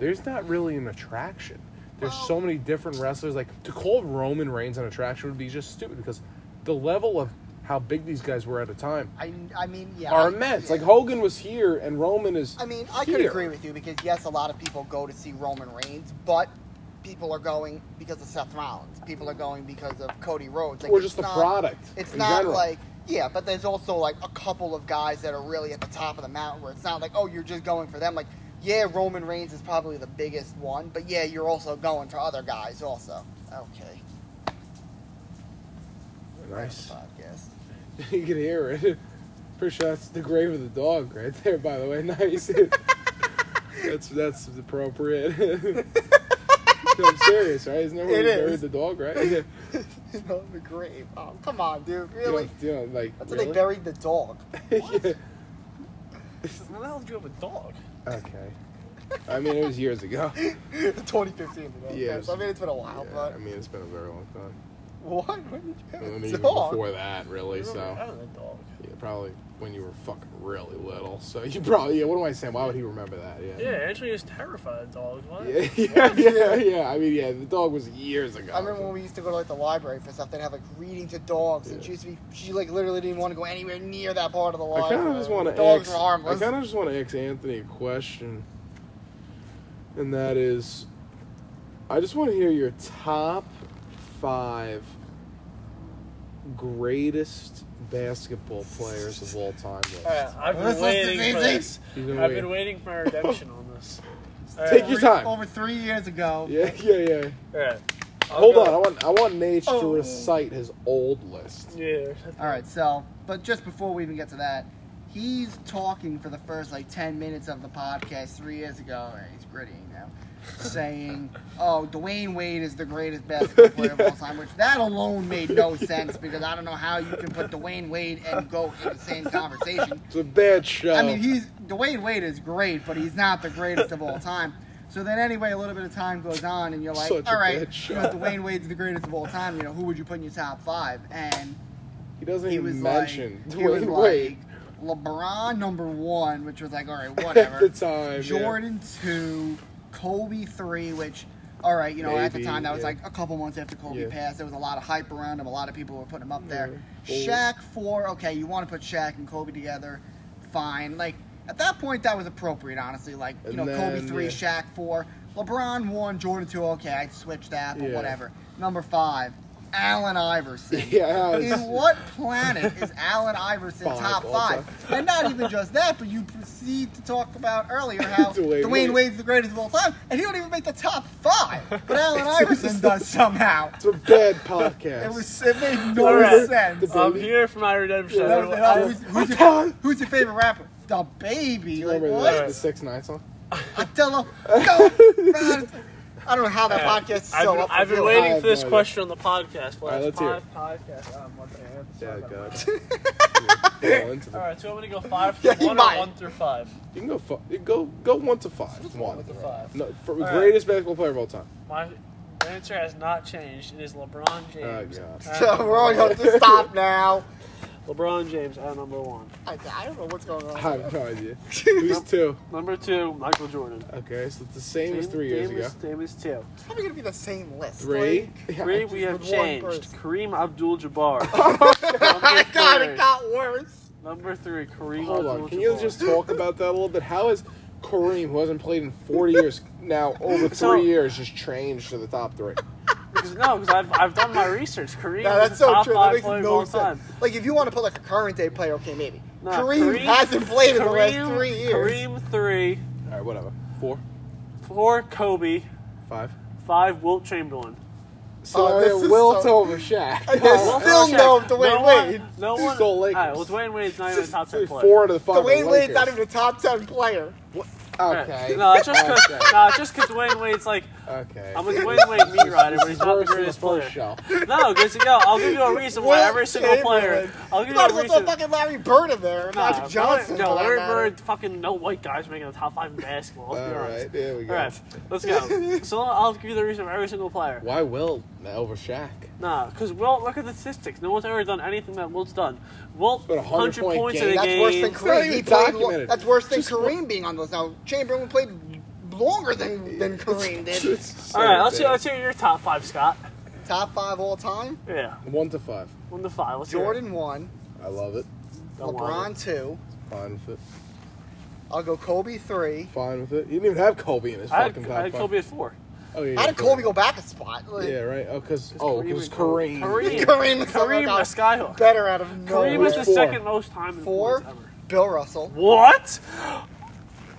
A: there's not really an attraction. There's so many different wrestlers. Like, to call Roman Reigns an attraction would be just stupid because the level of how big these guys were at a time
B: I, I mean, yeah.
A: are
B: I-
A: immense.
B: yeah.
A: Like Hogan was here and Roman is.
B: I mean, I could
A: here.
B: agree with you because yes, a lot of people go to see Roman Reigns, but people are going because of Seth Rollins. People are going because of Cody Rhodes.
A: Or
B: it's
A: just the product
B: It's
A: in
B: not
A: general.
B: like yeah, but there's also like a couple of guys that are really at the top of the mountain where it's not like oh you're just going for them. Like yeah, Roman Reigns is probably the biggest one, but yeah, you're also going for other guys also. Okay.
A: Nice.
B: Podcast.
A: you can hear it. Pretty sure that's the grave of the dog right there. By the way, nice. that's that's appropriate. No, I'm serious, right? Isn't that where
B: It
A: we
B: is.
A: buried the dog, right? Yeah. You
B: no, the grave. Oh, come on, dude.
A: know,
B: Really?
A: you know, like
B: That's
A: really?
B: when they buried the dog.
A: Yeah.
C: When the hell did you have a dog?
A: Okay. I mean, it was years ago.
B: 2015.
A: Yeah.
B: Yeah. I mean, it's been a while,
A: Yeah,
B: but
A: I mean, it's been a very long time.
B: what? When did you have
A: I
B: a
A: mean, even
B: dog?
A: before that, really.
C: I
A: So.
C: remember having a dog.
A: Yeah, probably when you were fucking really little. So you probably yeah. What am I saying? Why would he remember that?
C: Yeah,
A: Yeah.
C: Anthony is terrified of dogs. What?
A: Yeah, yeah, yeah, yeah. I mean, yeah, the dog was years ago.
B: I remember when we used to go to like the library for stuff. They'd have like reading to dogs, and
A: Yeah.
B: she used to be. She like literally didn't want to go anywhere near that part of the
A: I
B: library.
A: kind of just want to
B: uh, Dogs
A: ask.
B: were
A: I
B: harmless.
A: kind of just want to ask Anthony a question, and that is, I just want to hear your top five greatest basketball players of all time. List.
C: All right, I've been
D: Let's listen to
C: waiting for
D: these
C: this.
A: You've been
C: Uh, I've
A: waiting.
C: been waiting for my redemption on this. All
A: Take your
D: Three-
A: time.
D: Over three years ago,
A: Yeah, yeah, yeah.
C: All right. I'll
A: Hold
C: go.
A: on, I want I want Nate to
D: Oh.
A: recite his old list.
C: Yeah.
D: All right, so, but just before we even get to that, he's talking for the first like 10 minutes of the podcast three years ago, and he's grittying now, saying, Oh, Dwayne Wade is the greatest basketball player of all time, which that alone made no sense because I don't know how you can put Dwayne Wade and GOAT in the same conversation.
A: It's a bad show.
D: I mean, he's Dwayne Wade is great, but he's not the greatest of all time. So then, anyway, a little bit of time goes on, and you're like,
A: Such a
D: all right,
A: bad
D: you know,
A: shot."
D: Dwayne Wade's the greatest of all time. You know, who would you put in your top five? And
A: he doesn't
D: he was
A: even mention
D: like, he was
A: Dwayne Wade
D: like LeBron number one, which was like, all right,
A: at the
D: whatever.
A: time. yeah.
D: Jordan two, Kobe three, which
B: all right, you know, at the
A: Maybe,
B: time that was
A: yeah.
B: like a couple months after Kobe
A: Yeah.
B: passed. There was a lot of hype around him. A lot of people were putting him up there.
A: Yeah.
B: Shaq four. Okay, you want to put Shaq and Kobe together? Fine. Like at that point, that was appropriate, honestly. Like you
A: And
B: know, Kobe
A: then,
B: three,
A: yeah.
B: Shaq four, LeBron one, Jordan two. Okay, I'd switch that, but
A: Yeah.
B: whatever. Number five, Allen Iverson.
A: Yeah,
B: In
A: it's-
B: what planet is Allen Iverson
A: Five
B: top
A: all
B: five? And not even just that, but you proceed to talk about earlier how
A: Dwayne
B: Dwayne,
A: Wade.
B: Wade's the greatest of all time, and he don't even make the top five. But Allen Iverson does somehow.
A: it's a bad podcast.
B: It was it made no
C: All right.
B: sense.
A: The-
C: I'm
A: baby.
C: here for my redemption.
A: Yeah,
B: That was-
C: I,
B: who's, who's
A: I'm
B: your,
A: tired.
B: who's your favorite rapper? The baby.
A: you
B: Like,
A: remember
B: what?
A: the, the Six Nine song?
B: I tell him. Go. Run. I don't know how that
C: Yeah.
B: podcast is
C: I've
B: so
C: been,
B: up.
C: I've
B: for
C: been
B: you.
A: I
C: waiting
A: have
C: for this
A: no idea.
C: question on the podcast. for
A: All right,
C: last
A: let's hear it.
C: five podcasts. Oh, I'm one thing, I have to
A: Yeah,
C: stop that
A: God.
C: one.
A: Fall into the-
C: All right, so I'm gonna go five
B: Yeah,
C: through
B: he
C: one
B: might.
C: or one through five.
A: You can go fu- you go go one to five. One.
C: with the five?
A: No, for,
C: right.
A: greatest basketball player of all time.
C: My answer has not changed. It is LeBron James.
A: God.
C: at-
B: So we're all going to stop now.
C: LeBron James at number one.
B: I, I don't know what's going
A: I
B: on.
A: have no idea. Who's two?
C: Number two, Michael Jordan.
A: Okay, so it's the same as
C: Dame-
A: three years
C: Dame
A: ago.
C: is- Dame is two.
B: It's probably going to be the same list.
A: Three. Yeah.
C: Three, we have
B: with one
C: changed.
B: person.
C: Kareem Abdul-Jabbar.
B: my
C: Number
B: God, it
C: three.
B: got worse.
C: Number three, Kareem
A: Hold
C: Abdul-Jabbar.
A: on. Can you just talk about that a little bit? How is Kareem, who hasn't played in four years now, over three
C: So-
A: years, just changed to the top three?
C: Because no, because I've, I've done my research. Kareem
B: No,
C: is
B: that's
C: the
B: so
C: top
B: true. That
C: five
B: makes
C: player of
B: no
C: all
B: sense.
C: time.
B: Like, if you want to put like a current day player, okay, maybe.
C: No,
B: Kareem, hasn't played in the last
C: Kareem-
B: three years.
C: Kareem three,
A: All right, whatever. Four,
C: four Kobe,
A: five.
C: Oh, five Wilt Chamberlain. Oh,
A: So
B: Oh, this is
A: Wilt
B: so-
A: over Shaq.
B: And there's
A: All right.
B: still
C: Shaq.
B: no Dwayne
C: one-
B: Wade.
C: No
A: He's
C: one.
A: still Lakers.
C: Alright, well, Dwayne Wade's not even a top ten player.
A: four out of the five. are
B: Dwayne Wade's not
A: Lakers.
B: even a top ten player.
A: What?
C: Alright.
A: Okay.
C: No, it's just because
A: Okay.
C: no, it's just 'cause Dwayne Wade's like
A: Okay.
C: I'm a Dwayne Wade meat rider, but he's not the
A: Worse than
C: greatest player.
A: first show.
C: No, because yo, I'll give you a reason why
B: Wilt
C: every single player.
B: Chamberlain.
C: I'll
B: You
C: give you
B: might as
C: a
B: well throw
C: reason.
B: fucking Larry Bird in there. or Magic
C: Nah,
B: Johnson.
C: No,
B: for that
C: Larry
B: matter.
C: Bird, fucking no white guys making the top five in basketball. Let's be
A: All
C: honest.
A: right, there we go.
C: All right, let's go. so I'll give you the reason for every single player.
A: Why Wilt over Shaq?
C: Nah, because Wilt, look at the statistics. No one's ever done anything that Wilt's done. Wilt,
A: But a
C: 100
A: 100-point
C: points
A: game,
C: in a
B: That's
C: game.
B: worse than
A: not
B: Kareem.
A: even
B: He played, lo-
A: documented.
B: that's worse than Kareem being on those. Now Chamberlain played longer than than Kareem did.
A: It's
C: All right,
A: so
C: let's hear,
A: bad.
C: let's hear your top five, Scott.
B: Top five all time.
C: Yeah,
A: One to five.
C: one to five. Let's hear it.
B: Jordan one,
A: I love it.
C: Don't want
B: LeBron two.
A: Fine with it.
B: I'll go Kobe three.
A: Fine with it. He didn't even have Kobe in his
C: it. I
A: fucking
C: had,
A: top
C: I had
A: five.
C: Kobe at four.
A: Oh, yeah,
B: How did
A: yeah,
B: Kobe go back a spot? Like,
A: Yeah, right. Oh, because
C: Kareem and
A: Kareem.
C: Kareem.
B: Kareem was
C: Kareem
B: somehow
C: the Skyhook.
B: better out of nowhere.
C: Kareem is the
A: Four.
C: second most time in
B: Four?
C: points ever.
B: Bill Russell.
C: What?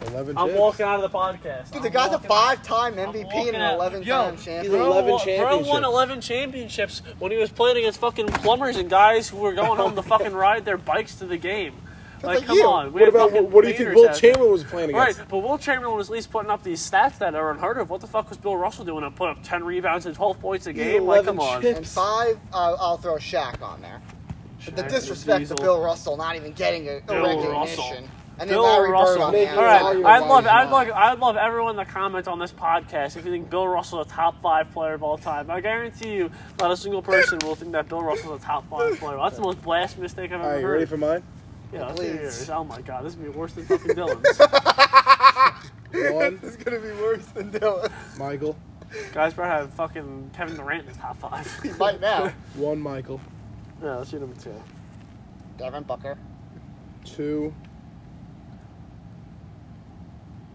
A: Eleven.
C: I'm
A: chips.
C: walking out of the podcast.
B: Dude,
C: I'm
B: the guy's a
C: walking-
B: five-time
C: I'm
B: MVP
C: walking
B: and an
C: out.
B: 11-time
C: Yo,
A: he's a-
B: champion.
C: Bro,
A: 11
C: won- Bro
A: championships.
C: won 11 championships when he was playing against fucking plumbers and guys who were going home to fucking ride their bikes to the game. Like,
B: like
C: come
B: you.
C: on. we
A: What
C: had
A: about
C: fucking
A: what do you think
C: leaders
A: Will
C: out there.
A: Chamberlain was playing
C: All right,
A: against?
C: but Will Chamberlain was at least putting up these stats that are unheard of. What the fuck was Bill Russell doing? And put up 10 rebounds and 12 points a
A: He's
C: game? Like,
A: 11
C: come on.
A: chip-
B: And five, uh, I'll throw Shaq on there. But the
C: Shaq,
B: disrespect to
C: Diesel.
B: Bill Russell not even getting a, a
C: Bill Russell.
B: recognition. And then
C: Bill
B: Larry
C: Russell.
B: Bird on
A: Make
B: the
A: it
C: All
A: Yeah,
C: right,
A: value
C: I'd love,
A: wise,
C: I'd like, I'd love everyone to comment on this podcast if you think Bill Russell's a top five player of all time. I guarantee you, not a single person will think that Bill Russell's a top five player. That's the most blast mistake I've ever
A: All right, you
C: heard.
A: ready for mine?
C: yeah, let's
B: Please.
C: hear yours. Oh my god, this is gonna be worse than fucking Dylan's.
A: One,
B: It's gonna be worse than Dylan.
A: Michael.
C: Guys, better have fucking Kevin Durant in his top five.
B: He might now.
A: One, Michael.
C: no, let's do number two.
B: Devin Booker,
A: Two,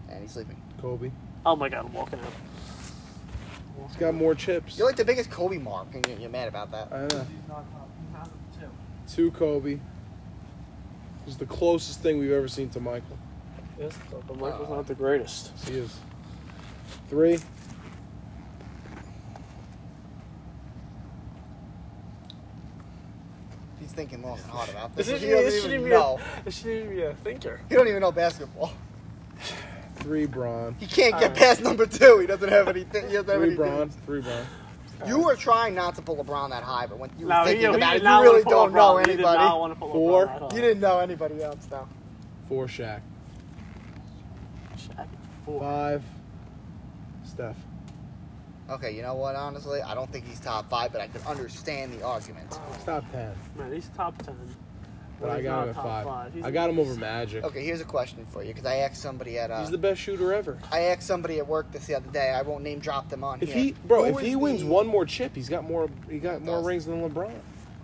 B: and he's sleeping.
A: Kobe.
C: Oh my god, I'm walking out.
A: He's got more chips.
B: You're like the biggest Kobe mark, and you- you're mad about that.
A: I know.
C: not top two.
A: Two, Kobe. He's the closest thing we've ever seen to Michael.
C: Yes, but Michael's not the greatest.
A: He is. Three.
B: He's thinking long and hard about this.
C: This
B: He
C: should
B: doesn't even
C: be
B: know.
C: a, this should be a thinker.
B: He don't even know basketball.
A: Three, Braun.
B: He can't
C: All
B: get
C: right.
B: past number two. He doesn't have anything. He doesn't have
A: Three,
B: anything.
A: Braun. Three, Braun.
B: You were trying not to pull LeBron that high, but when you were
C: No, he,
B: thinking
C: he
B: about
C: did
B: it, you
C: not
B: really
C: wanna pull
B: don't know
C: LeBron. He did
B: anybody.
C: not wanna pull
A: Four.
C: LeBron at all.
B: you didn't know anybody else, though.
A: Four, Shaq.
C: Shaq, four.
A: Five, Steph.
B: Okay, you know what? Honestly, I don't think he's top five, but I could understand the argument.
A: Stop ten.
C: Man, he's top ten.
A: but
C: Well,
A: I
C: he's
A: got
C: not
A: him at
C: top
A: five.
C: five. He's-
A: I got him over Magic.
B: Okay, here's a question for you because I asked somebody at uh,
A: He's the best shooter ever.
B: I asked somebody at work this the other day. I won't name drop them on
A: If
B: here.
A: he, bro,
B: Who
A: if
B: is
A: he
B: the-
A: wins one more chip, he's got more. He got more
B: Does.
A: rings than LeBron.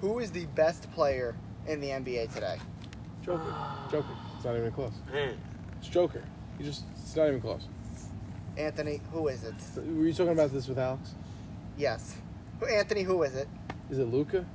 B: who is the best player in the NBA today?
A: Joker, Joker. It's not even close.
C: Man.
A: It's Joker. You just. It's not even close.
B: Anthony, who is it?
A: Were you talking about this with Alex?
B: Yes, Who- Anthony, who is it?
A: Is it Luca?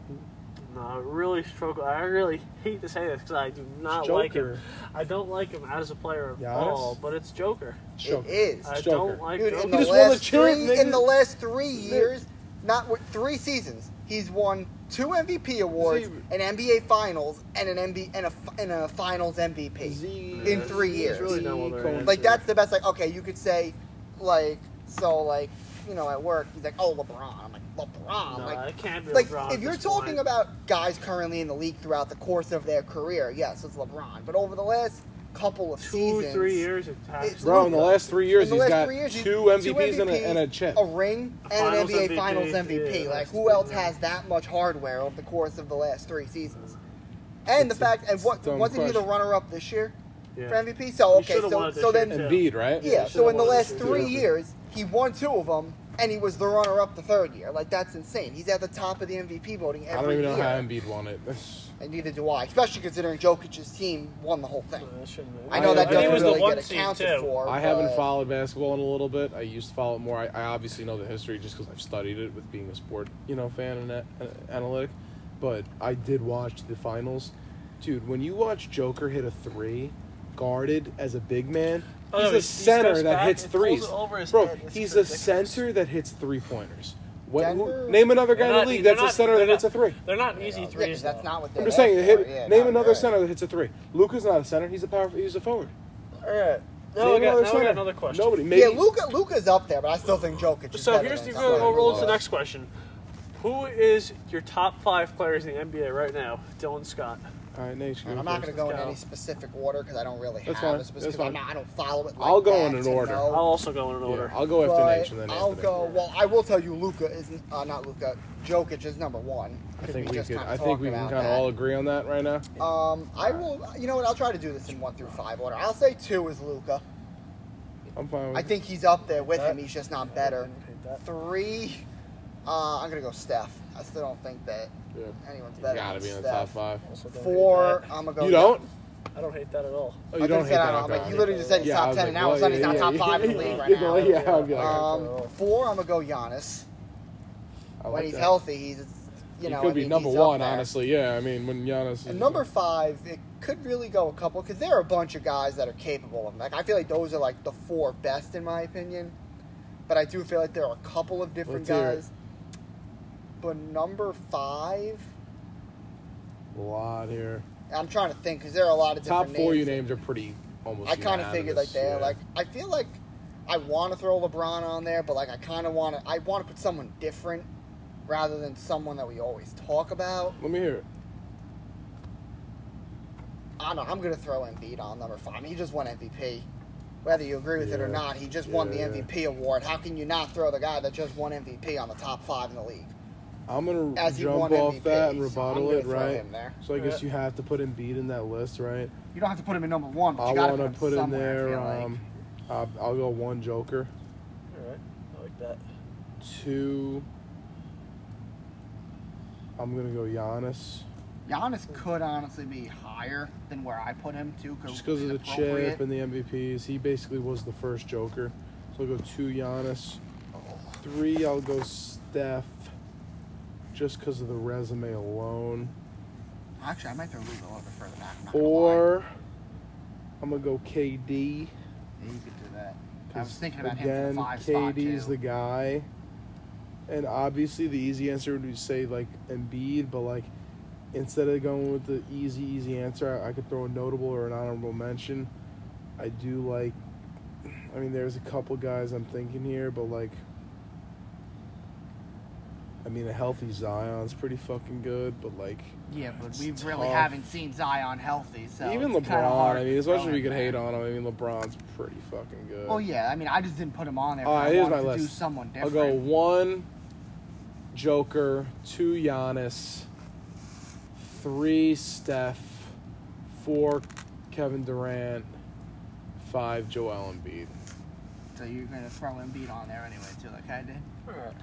C: No, I really struggle. I really hate to say this because I do not like him.
A: Joker.
C: I don't like him as a player at
A: Giannis?
C: all, but it's Joker.
A: It's Joker.
B: It is.
C: I
A: Joker.
C: don't like
B: Dude, in
C: Joker.
B: the,
A: just won the
B: last
A: chip,
B: three,
A: nigga.
B: in the last three years, not wi- three seasons, he's won two MVP awards,
A: Z-
B: an NBA Finals, and an MB and a fi- and a Finals MVP
A: Z-
B: in three
C: He's
B: years.
C: really not well
A: Like,
C: organized.
B: like that's the best. Like okay, you could say, like so, like you know, at work, he's like, oh LeBron. I'm like LeBron.
C: No,
B: like
C: it can't be
B: like
C: LeBron at
B: if you're
C: this
B: talking
C: point.
B: about guys currently in the league throughout the course of their career, yes, it's LeBron. But over the last couple of
C: two,
B: seasons,
C: three years, it's
B: It's
A: Bro, in the
B: Luka.
A: last three years,
B: In the
A: he's
B: last
A: got
B: three years,
A: two
B: he's-
A: MVPs, and, a, and a chip.
B: a ring, and an
C: Finals
B: NBA
C: MVP,
B: Finals MVP.
C: yeah,
B: like,
C: that's
B: who
C: true,
B: else
C: yeah.
B: has that much hardware over the course of the last three seasons? And the
A: It's a-
B: fact, and
A: it's a
B: what
A: dumb
B: wasn't he the
A: question.
B: runner-up this year
C: Yeah.
B: for MVP? So
C: He
B: okay,
C: should've won
B: so
C: it this
B: so
C: year,
B: then
C: too.
A: Embiid, right?
B: yeah,
C: he
B: so
C: should've
B: in the
C: won it
B: last
C: this
B: three
A: year.
B: years, he won two of them, and he was the runner-up the third year. Like that's insane. He's at the top of the MVP voting every
A: I don't even know
B: year.
A: how Embiid won it.
B: and neither do I, especially considering Jokic's team won the whole thing.
C: No, that shouldn't be.
B: I know
A: I-
B: that
A: I
C: And he
A: think
B: doesn't
A: it
C: was
B: really
C: the one
B: get
C: seed,
B: accounted
C: too.
B: for.
A: I haven't
B: but-
A: followed basketball in a little bit. I used to follow it more. I, I obviously know the history just because I've studied it with being a sport, you know, fan and a- a- analytic. But I did watch the finals, dude. When you watch Joker hit a three, guarded as a big man,
C: Oh,
A: he's
C: no,
A: a
C: he- he
A: center
C: steps
A: that
C: back
A: hits
C: and pulls
A: threes,
C: it over his
A: bro.
C: head. It's
A: He's a
C: ridiculous.
A: center that hits three pointers. What, who,
B: Denver-
A: name another guy
C: They're
A: in the
C: not-
A: league
C: they're
A: that's a
C: not-
A: center that
C: they're
A: hits a
C: not-
A: three.
C: They're not easy
B: Yeah, 'cause
C: threes.
B: that's
C: though.
B: not what they're
A: I'm just saying,
B: asked
A: hit,
B: for. Yeah,
A: name
B: no,
A: another
B: you're right.
A: center that hits a three. Luca's not a center; he's a power. He's a forward.
B: Alright.
A: Name
C: Now I got,
A: another
C: now I
A: center.
C: got another question.
A: Nobody. Maybe,
B: Yeah, Luca Luca's up there, but I still think Jokic. Is
C: So
B: better
C: here's the
B: than
C: we'll
B: Luka.
C: we'll roll to the next question. Who is your top five players in the NBA right now? Dylan Scott.
A: All right, Nate. you
B: And I'm
A: go
B: not
A: first.
B: going to go in
C: Let's go.
B: any specific order because I don't really
A: That's
B: have
A: fine.
B: a
A: That's
B: specific.
A: fine.
B: I'm not, I don't follow it. Like
A: I'll go in
B: that
A: an
B: to
A: order.
B: know.
C: I'll also go in
A: Yeah,
C: order.
A: I'll go after
B: But
A: Nation then.
B: I'll
A: Anthony.
B: go. Well, I will tell you, Luca is uh, not Luca. Jokic is number one.
A: I
B: 'cause
A: think we
B: just
A: could.
B: kinda
A: I think
B: talked
A: we can
B: about
A: kind of
B: that.
A: all agree on that right now.
B: Um, I will. You know what? I'll try to do this in one through five order. I'll say two is Luca.
A: I'm fine with.
B: I
A: it.
B: think he's up there with him.
C: That-
B: He's just not better.
C: that.
B: Three. Uh, I'm gonna go Steph. I still don't think that
A: Yeah.
B: anyone's
A: You
B: better.
A: gotta
B: than
A: be in the
B: Steph.
A: top five.
B: Four. I'm gonna go.
A: You don't?
C: I don't hate that at all.
A: Oh,
B: I
A: you
B: could've
A: don't hate
B: said I
A: that.
B: don't,
A: okay.
B: but you literally just said he's
A: Yeah, I
B: top
A: was
B: 10, and now all of a sudden he's not top five in the league right now.
A: Yeah, I'd be like, uh,
B: Um, four. I'm gonna go Giannis.
A: I like
B: when he's
A: that.
B: healthy, he's you know
A: he could
B: I
A: be
B: mean,
A: number
B: he's up
A: one,
B: there.
A: honestly. Yeah, I mean, when Giannis.
B: And number five, it could really go a couple because there are a bunch of guys that are capable of. 'em. Like I feel like those are like the four best in my opinion, but I do feel like there are a couple of
A: Let's
B: different
A: hear it.
B: guys. But number five,
A: a lot here.
B: I'm trying to think because there are a lot of
A: Top
B: different
A: four
B: names.
A: you named are pretty almost.
B: I kind of figured like
A: unanimous,
B: they
A: yeah.
B: like I feel like I want to throw LeBron on there, but like I kind of want to I want to put someone different rather than someone that we always talk about.
A: Let me hear it.
B: I don't know. I'm gonna throw Embiid on number five. I mean, he just won MVP. Whether you agree with it or
A: Yeah.
B: not, he just won the
A: Yeah.
B: MVP award. How can you not throw the guy that just won MVP on the top five in the league?
A: I'm gonna
B: As he
A: jump
B: won
A: off
B: MVP,
A: that and
B: so I'm
A: rebuttal
B: gonna
A: it,
B: throw
A: right?
B: him there.
A: So I guess
C: Yeah.
A: you have to put Embiid in that list, right?
D: You don't have to put him in number one, but
A: I
D: you gotta
A: want to
D: put
A: put
D: him
A: in
D: somewhere,
A: there.
D: I feel
A: Um, I'll, I'll go one Joker,
C: All right, I like that.
A: two. I'm gonna go Giannis,
D: like. Giannis could honestly be higher than where I put him
B: Oh,
D: too,
A: just because of the
D: appropriate.
A: chip and the MVPs. He basically was the first Joker, so I'll go two Giannis, three. I'll go Steph, just because of the resume alone.
D: Actually, I might throw Luka a little bit further back. I'm not gonna lie.
A: Four. I'm gonna go KD.
D: Yeah, you could do that. I was
A: 'Cause
D: thinking about him for
A: again,
D: the five spot
A: KD's
D: too.
A: the guy, and obviously the easy answer would be say like Embiid, but like instead of going with the easy easy answer, I, I could throw a notable or an honorable mention. I do like, I mean, there's a couple guys I'm thinking here, but like, I mean, a healthy Zion's pretty fucking good, but like.
D: yeah, but we
A: It's
D: really
A: tough.
D: haven't seen Zion healthy, so
A: Even
D: it's kinda hard
A: LeBron, I mean, as
D: to
A: much
D: throw
A: as we
D: him
A: could
D: there.
A: hate on him, I mean, LeBron's pretty fucking good.
D: Well, Oh, yeah, I mean, I just didn't put him on there. 'cause
A: All right,
D: I
A: here's
D: wanted
A: my
D: to Do
A: list.
D: someone
A: I'll
D: different.
A: go one Joker, two Giannis, three Steph, four Kevin Durant, five Joel Embiid.
D: So you're gonna throw Embiid on there anyway too, like I did.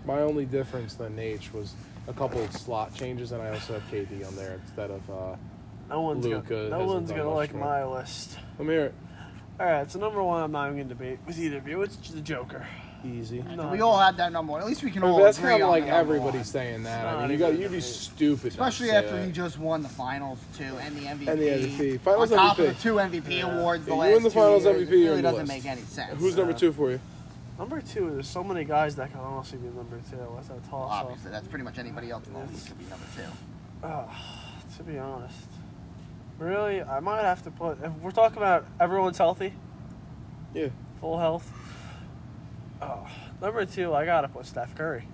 A: My only difference than H was a couple of slot changes, and I also had KD on there instead of. Uh,
C: No one's
A: Luka
C: gonna, no
A: hasn't
C: one's
A: done
C: gonna
A: much
C: like
A: for him.
C: my list.
A: let me hear it.
C: All right, so number one, I'm not even gonna debate with either of you. It's the Joker.
A: Easy.
C: No.
D: We all had that number one. At least we can
A: I mean,
D: all
A: but that's
D: agree
A: kind of
D: on
A: like
D: the number
A: everybody
D: one.
A: saying that.
C: It's
A: I
C: not
A: mean, you got
C: even
A: you'd be
C: debate.
A: stupid, not to
D: Especially
A: say
D: after
A: that.
D: he just won the finals too, and the MVP.
A: And the MVP. Finals
D: on top
A: MVP.
D: of the two MVP
C: Yeah.
D: awards. The
A: You
D: last
A: win the
D: two
A: finals
D: years,
A: MVP,
D: It
A: you're
D: really
A: in the
D: doesn't
A: list.
D: make any sense.
A: Who's number two for you?
C: Number two, there's so many guys that can honestly be number two. That's a toss up.
D: Obviously, that's pretty much anybody else in the league could be number two.
C: Ah, to be honest, really, I might have to put. If we're talking about everyone's healthy,
A: Yeah.
C: full health. Oh, number two, I gotta put Steph Curry.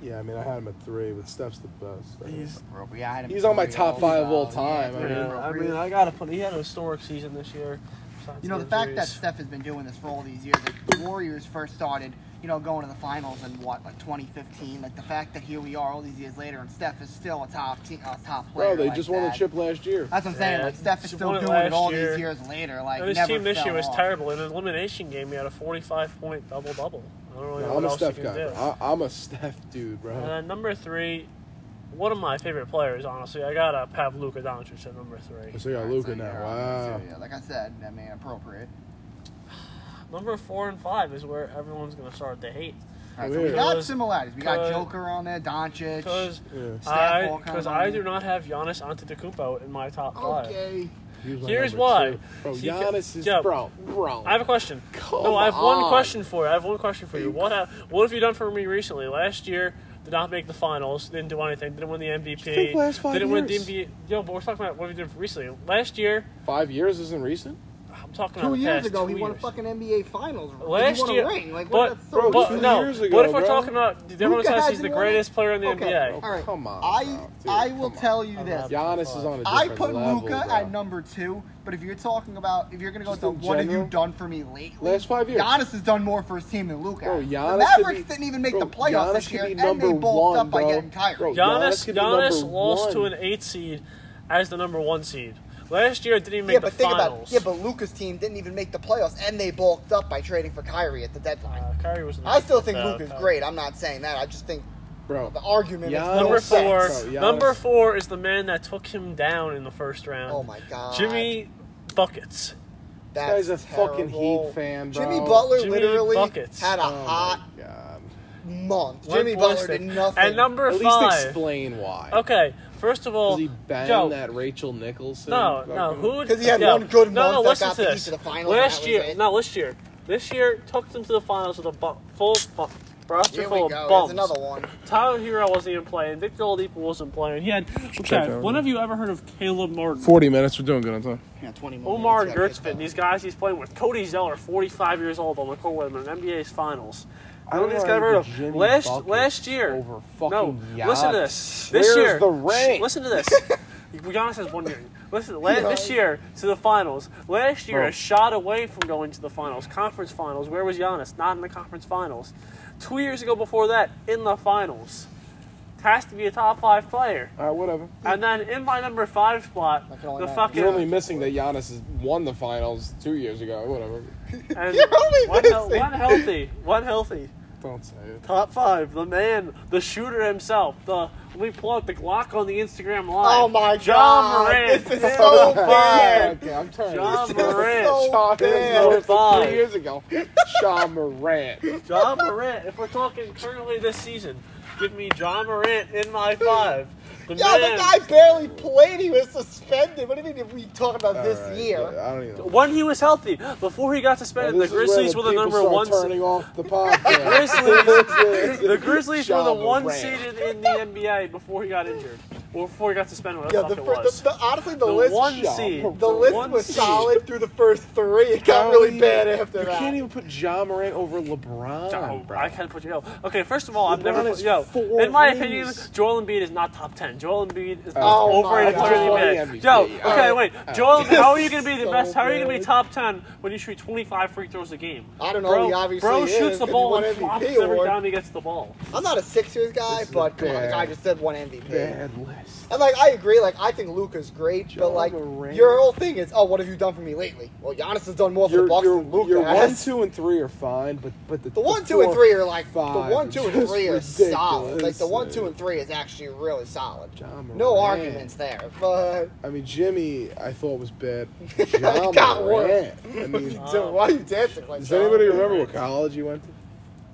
A: Yeah, I mean, I had him at three, but Steph's the best. I think.
C: He's
D: Appropriate. I had him
A: He's on my
D: three
A: top five of all
D: overall. Yeah,
A: time.
D: three
A: I mean-
C: Yeah, I
D: overall.
C: mean, I gotta put. He had a historic season this year. besides
D: You know, the fact that
C: injuries.
D: Steph has been doing this for all these years, like the Warriors first started, you know, going to the finals in what, like 2015. Like the fact that here we are all these years later, and Steph is still a top team, a top player.
A: Bro, they
D: like
A: just won the
D: that.
A: chip last year.
D: That's what I'm saying.
C: Yeah,
D: Like Steph is
C: she
D: still
C: won it
D: doing it
C: last
D: all
C: year.
D: these years later. Like
C: And his
D: never
C: team this
D: fell
C: year was
D: off.
C: terrible. In an elimination game, he had a 45 point double double. I don't really know
A: No,
C: what
A: I'm a
C: else
A: Steph
C: you
A: guy.
C: can do. Uh,
A: bro. I, I'm a Steph dude, bro.
C: And then number three, one of my favorite players, honestly. I gotta have Luka Doncic at number three.
A: so you got
D: Alright,
A: Luca
D: so
A: now.
D: yeah,
A: Wow.
D: so yeah, like I said, I mean, appropriate.
C: Number four and five is where everyone's gonna start to hate.
D: All right, so we
A: Weird.
D: got
C: Cause-
D: similarities. We got
C: cause-
D: Joker on there, Doncic.
C: Because
A: Yeah.
D: Staff
C: I,
D: all kinda
C: cause
D: on
C: I
D: you.
C: do not have Giannis Antetokounmpo in my top
B: Oh,
C: five.
D: Okay.
A: He was my
C: Here's
A: number
C: why.
A: two. Bro,
C: See,
A: Giannis is
C: yeah.
A: bro, bro.
C: I have a question.
A: Come
C: no, I have one
A: on.
C: question for you. I have one question for you. What have, what have you done for me recently? Last year, did not make the finals, didn't do anything, didn't win the MVP,
A: think last five
C: didn't win the
A: years.
C: NBA. Yo, but we're talking about what have you done recently. Last year,
A: Five years isn't recent.
C: I'm talking about
D: Two
C: the
D: years
C: past
D: ago,
C: two
D: he won a
C: years.
D: fucking NBA Finals. he
C: Last
D: won
C: year,
D: a ring. Like,
C: but,
D: what, that's so
C: but
A: two
D: weird.
C: no.
A: years ago,
C: what if we're
A: bro.
C: talking about? Did everyone
D: Luka
C: says he's
D: hasn't
C: the
D: won it?
C: greatest player in the
D: Okay.
C: NBA?
D: All right.
A: Come on,
D: I
A: bro, dude,
D: I will
A: come on.
D: tell you
C: I'm
D: this.
C: not-
A: Giannis is on a different
D: I put
A: level,
D: Luca
A: bro.
D: at number two, but if you're talking about if you're gonna go
A: Just
D: with the
A: in
D: what have you
A: general?
D: done for me lately,
A: Last five years.
D: Giannis has done more for his team than Luca.
A: Bro,
D: the
A: Giannis could
D: Mavericks
A: be-
D: didn't even make
A: bro,
D: the playoffs
A: Giannis
D: this
A: could
D: year,
A: be
D: and they
A: number
D: bulked
A: one,
D: up
A: bro.
D: by getting Kyrie.
A: Bro, Giannis
C: Giannis
A: could be
C: Giannis
A: number
C: lost to
A: one.
C: an eight seed as the number one seed. Last year, it didn't even make
B: yeah,
C: the
B: but think about
C: finals.
B: yeah, but Luca's team didn't even make the playoffs, and they bulked up by trading for Kyrie at the deadline.
C: uh, Kyrie was.
B: I still think
C: uh,
B: Luca's
C: Kyrie.
B: great. I'm not saying that. I just think
A: Bro,
B: the argument makes
A: Giannis-
B: no
C: Number
B: sense.
C: four.
A: Bro, Giannis-
C: number four is the man that took him down in the first round.
B: Oh my God.
C: Jimmy buckets.
B: That's
A: This guy's a fucking
B: terrible.
A: Heat fan,
B: Jimmy
A: bro.
B: Butler
C: Jimmy
B: literally
C: Buckets.
B: had a
A: oh my
B: hot
A: God.
B: month.
C: Went
B: Jimmy Butler
C: ballistic.
B: did nothing.
C: And number
A: At least
C: five.
A: explain why.
C: Okay, first of all,
A: Does he bang
C: Joe,
A: that Rachel Nicholson?
C: No,
A: fucking-
C: no. Who?
B: 'Cause he had
C: no,
B: one good
C: no,
B: month
C: No,
B: that
C: listen
B: got
C: to
B: the
C: this.
B: Heat to the finals, and that
C: Last
B: was
C: year,
B: it.
C: no, last year, this year took them to the finals with a bu- full bu- roster
B: Here we
C: full
B: go. There's
C: of bums.
B: another one.
C: Tyler Hero wasn't even playing. Victor Oladipo wasn't playing. He had.
A: Check
C: Okay,
A: out.
C: when have you ever heard of Caleb Martin?
A: Forty minutes. We're doing good on time.
D: Yeah, 20 more
C: Omar
B: minutes, gotta get
C: Gertzman,
B: that.
C: these guys he's playing with. Cody Zeller, 45 years old, on the court with him in NBA's finals.
A: I
C: None
A: don't
C: of
A: know
C: these guys
A: how
C: ever heard
A: you
C: of
A: could Jimmy
C: last
A: Buckets
C: last year.
A: over fucking
C: no, listen to this.
A: Giannis.
C: This
A: Where's
C: year,
A: the ring?
C: Shh, listen to this. Giannis has one year. Listen, la- this year to the finals. Last year,
A: Bro.
C: a shot away from going to the finals, conference finals. Where was Giannis? Not in the conference finals. Two years ago, before that, in the finals. Has to be a top five player.
A: All right, whatever.
C: And then in my number five spot,
B: I can only
C: the
B: imagine.
C: fucking
A: You're only missing that Giannis has won the finals two years ago. Whatever.
C: And
B: You're only
C: one, hel-
B: missing.
C: one healthy, one healthy.
A: Don't say it.
C: Top five, the man, the shooter himself, the we plug the Glock on the Instagram live.
B: Oh my
C: John
B: God,
C: Moran.
B: this is so bad.
A: Okay, I'm turning.
C: John
A: this.
C: Morant.
B: so
A: John
B: bad.
A: Morant from
C: Five.
A: Two years ago. Sean Morant.
C: John Morant. If we're talking currently this season, give me John Morant in my five. The
B: Yeah,
C: man.
B: the guy barely played. He was suspended. What do you mean if we talking about this
A: All right,
B: year?
A: I don't even. Know.
C: When he was healthy, before he got suspended, the
A: This is where
C: Grizzlies were the
A: people
C: number
A: start
C: one.
A: Turning off the podcast.
C: Grizzlies,
A: This is-
C: the Grizzlies were the
A: John
C: one
A: Morant.
C: seated in the NBA before he got injured, or before he got suspended. What the
B: Yeah,
C: fuck
B: the,
C: it
B: fir-
C: was.
B: the, the honestly the,
C: The
B: list
C: one
A: John
C: seed.
A: Morant.
B: the
A: the
B: list
C: one
B: was
C: seed.
B: solid through the first three. It
C: Oh,
B: got really bad after
A: you
B: that.
A: can't even put John Morant over LeBron,
C: Oh,
A: bro.
C: I can't put yo. Okay, first of all, I've
A: LeBron
C: never put
A: has
C: yo.
A: four
C: In my opinion,
A: rings.
C: Joel Embiid is not top ten. Joel Embiid is the
A: Oh,
C: most overrated
B: my
C: player in
A: God.
C: the NBA.
A: That's
C: Yo,
A: funny, MVP.
C: okay,
A: Alright.
C: wait. Joel, Embiid, how are you gonna be the
B: Oh. So
C: best? How are you gonna be
B: bad.
C: top ten when you shoot twenty five free throws a game?
B: I don't know,
C: Bro,
B: he obviously
C: bro
B: is,
C: shoots the
B: if he
C: ball
B: won
C: and
B: MVP
C: flops every
B: award.
C: time he gets the ball.
B: I'm not a Sixers guy,
A: is
B: but come on, the
A: bad.
B: guy just did have won MVP.
E: Bad list.
B: And like I agree, like I think Luca's great,
E: John
B: but like
E: Moran.
B: your whole thing is, oh, what have you done for me lately? Well, Giannis has done more for
E: Your,
B: the Bucks
E: your,
B: than Luca
E: your one,
B: has.
E: two, and three are fine, but but the,
B: the one, two, and three are like
E: five
B: the one, two, and
E: just
B: three are solid. Like the
E: ridiculous,
B: one, two,
E: dude.
B: and three is actually really solid.
E: John
B: No
E: Moran.
B: arguments there, but
E: I mean, Jimmy, I thought was bad. John
B: got
E: Morant.
B: worse.
E: I mean,
B: Dude, why are you dancing like
E: does
B: John
E: anybody
B: Moran?
E: remember what college you went to?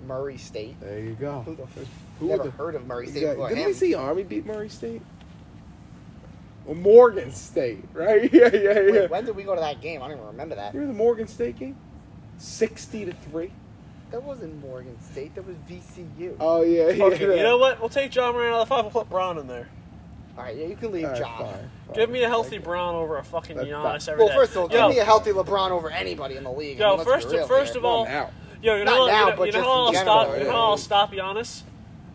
B: Murray State?
E: uh, There you go.
B: Who the f-
E: Who
B: Never
E: the-
B: heard of Murray State
E: Yeah,
B: before
E: Didn't
B: him.
E: we see Army beat Murray State? Well, Morgan State, right? Yeah, yeah, yeah.
B: Wait, when did we go to that game? I don't even remember that.
E: Remember the Morgan State game? Sixty to three.
B: That wasn't Morgan State. That was VCU.
E: Oh yeah, yeah.
C: Okay, you know what? We'll take John Moran out of the five. We'll put Brown in there.
B: All right, yeah, you can leave,
E: All right,
B: John.
E: fine, fine.
C: Give me a healthy
E: Okay.
C: Brown over a fucking
E: That's
C: Giannis
E: fine.
C: every day.
B: Well, first of all,
C: Yo,
B: give me a healthy LeBron over anybody in the league. I
C: Yo,
B: mean, let's be
C: first,
B: real
C: first
B: here.
C: of all,
E: Not now.
C: yo, you
B: Not
C: know,
B: now,
C: how
B: but
C: you know
B: just
C: how I'll
B: in
C: stop.
B: general,
C: You know
E: yeah.
C: how I'll stop Giannis?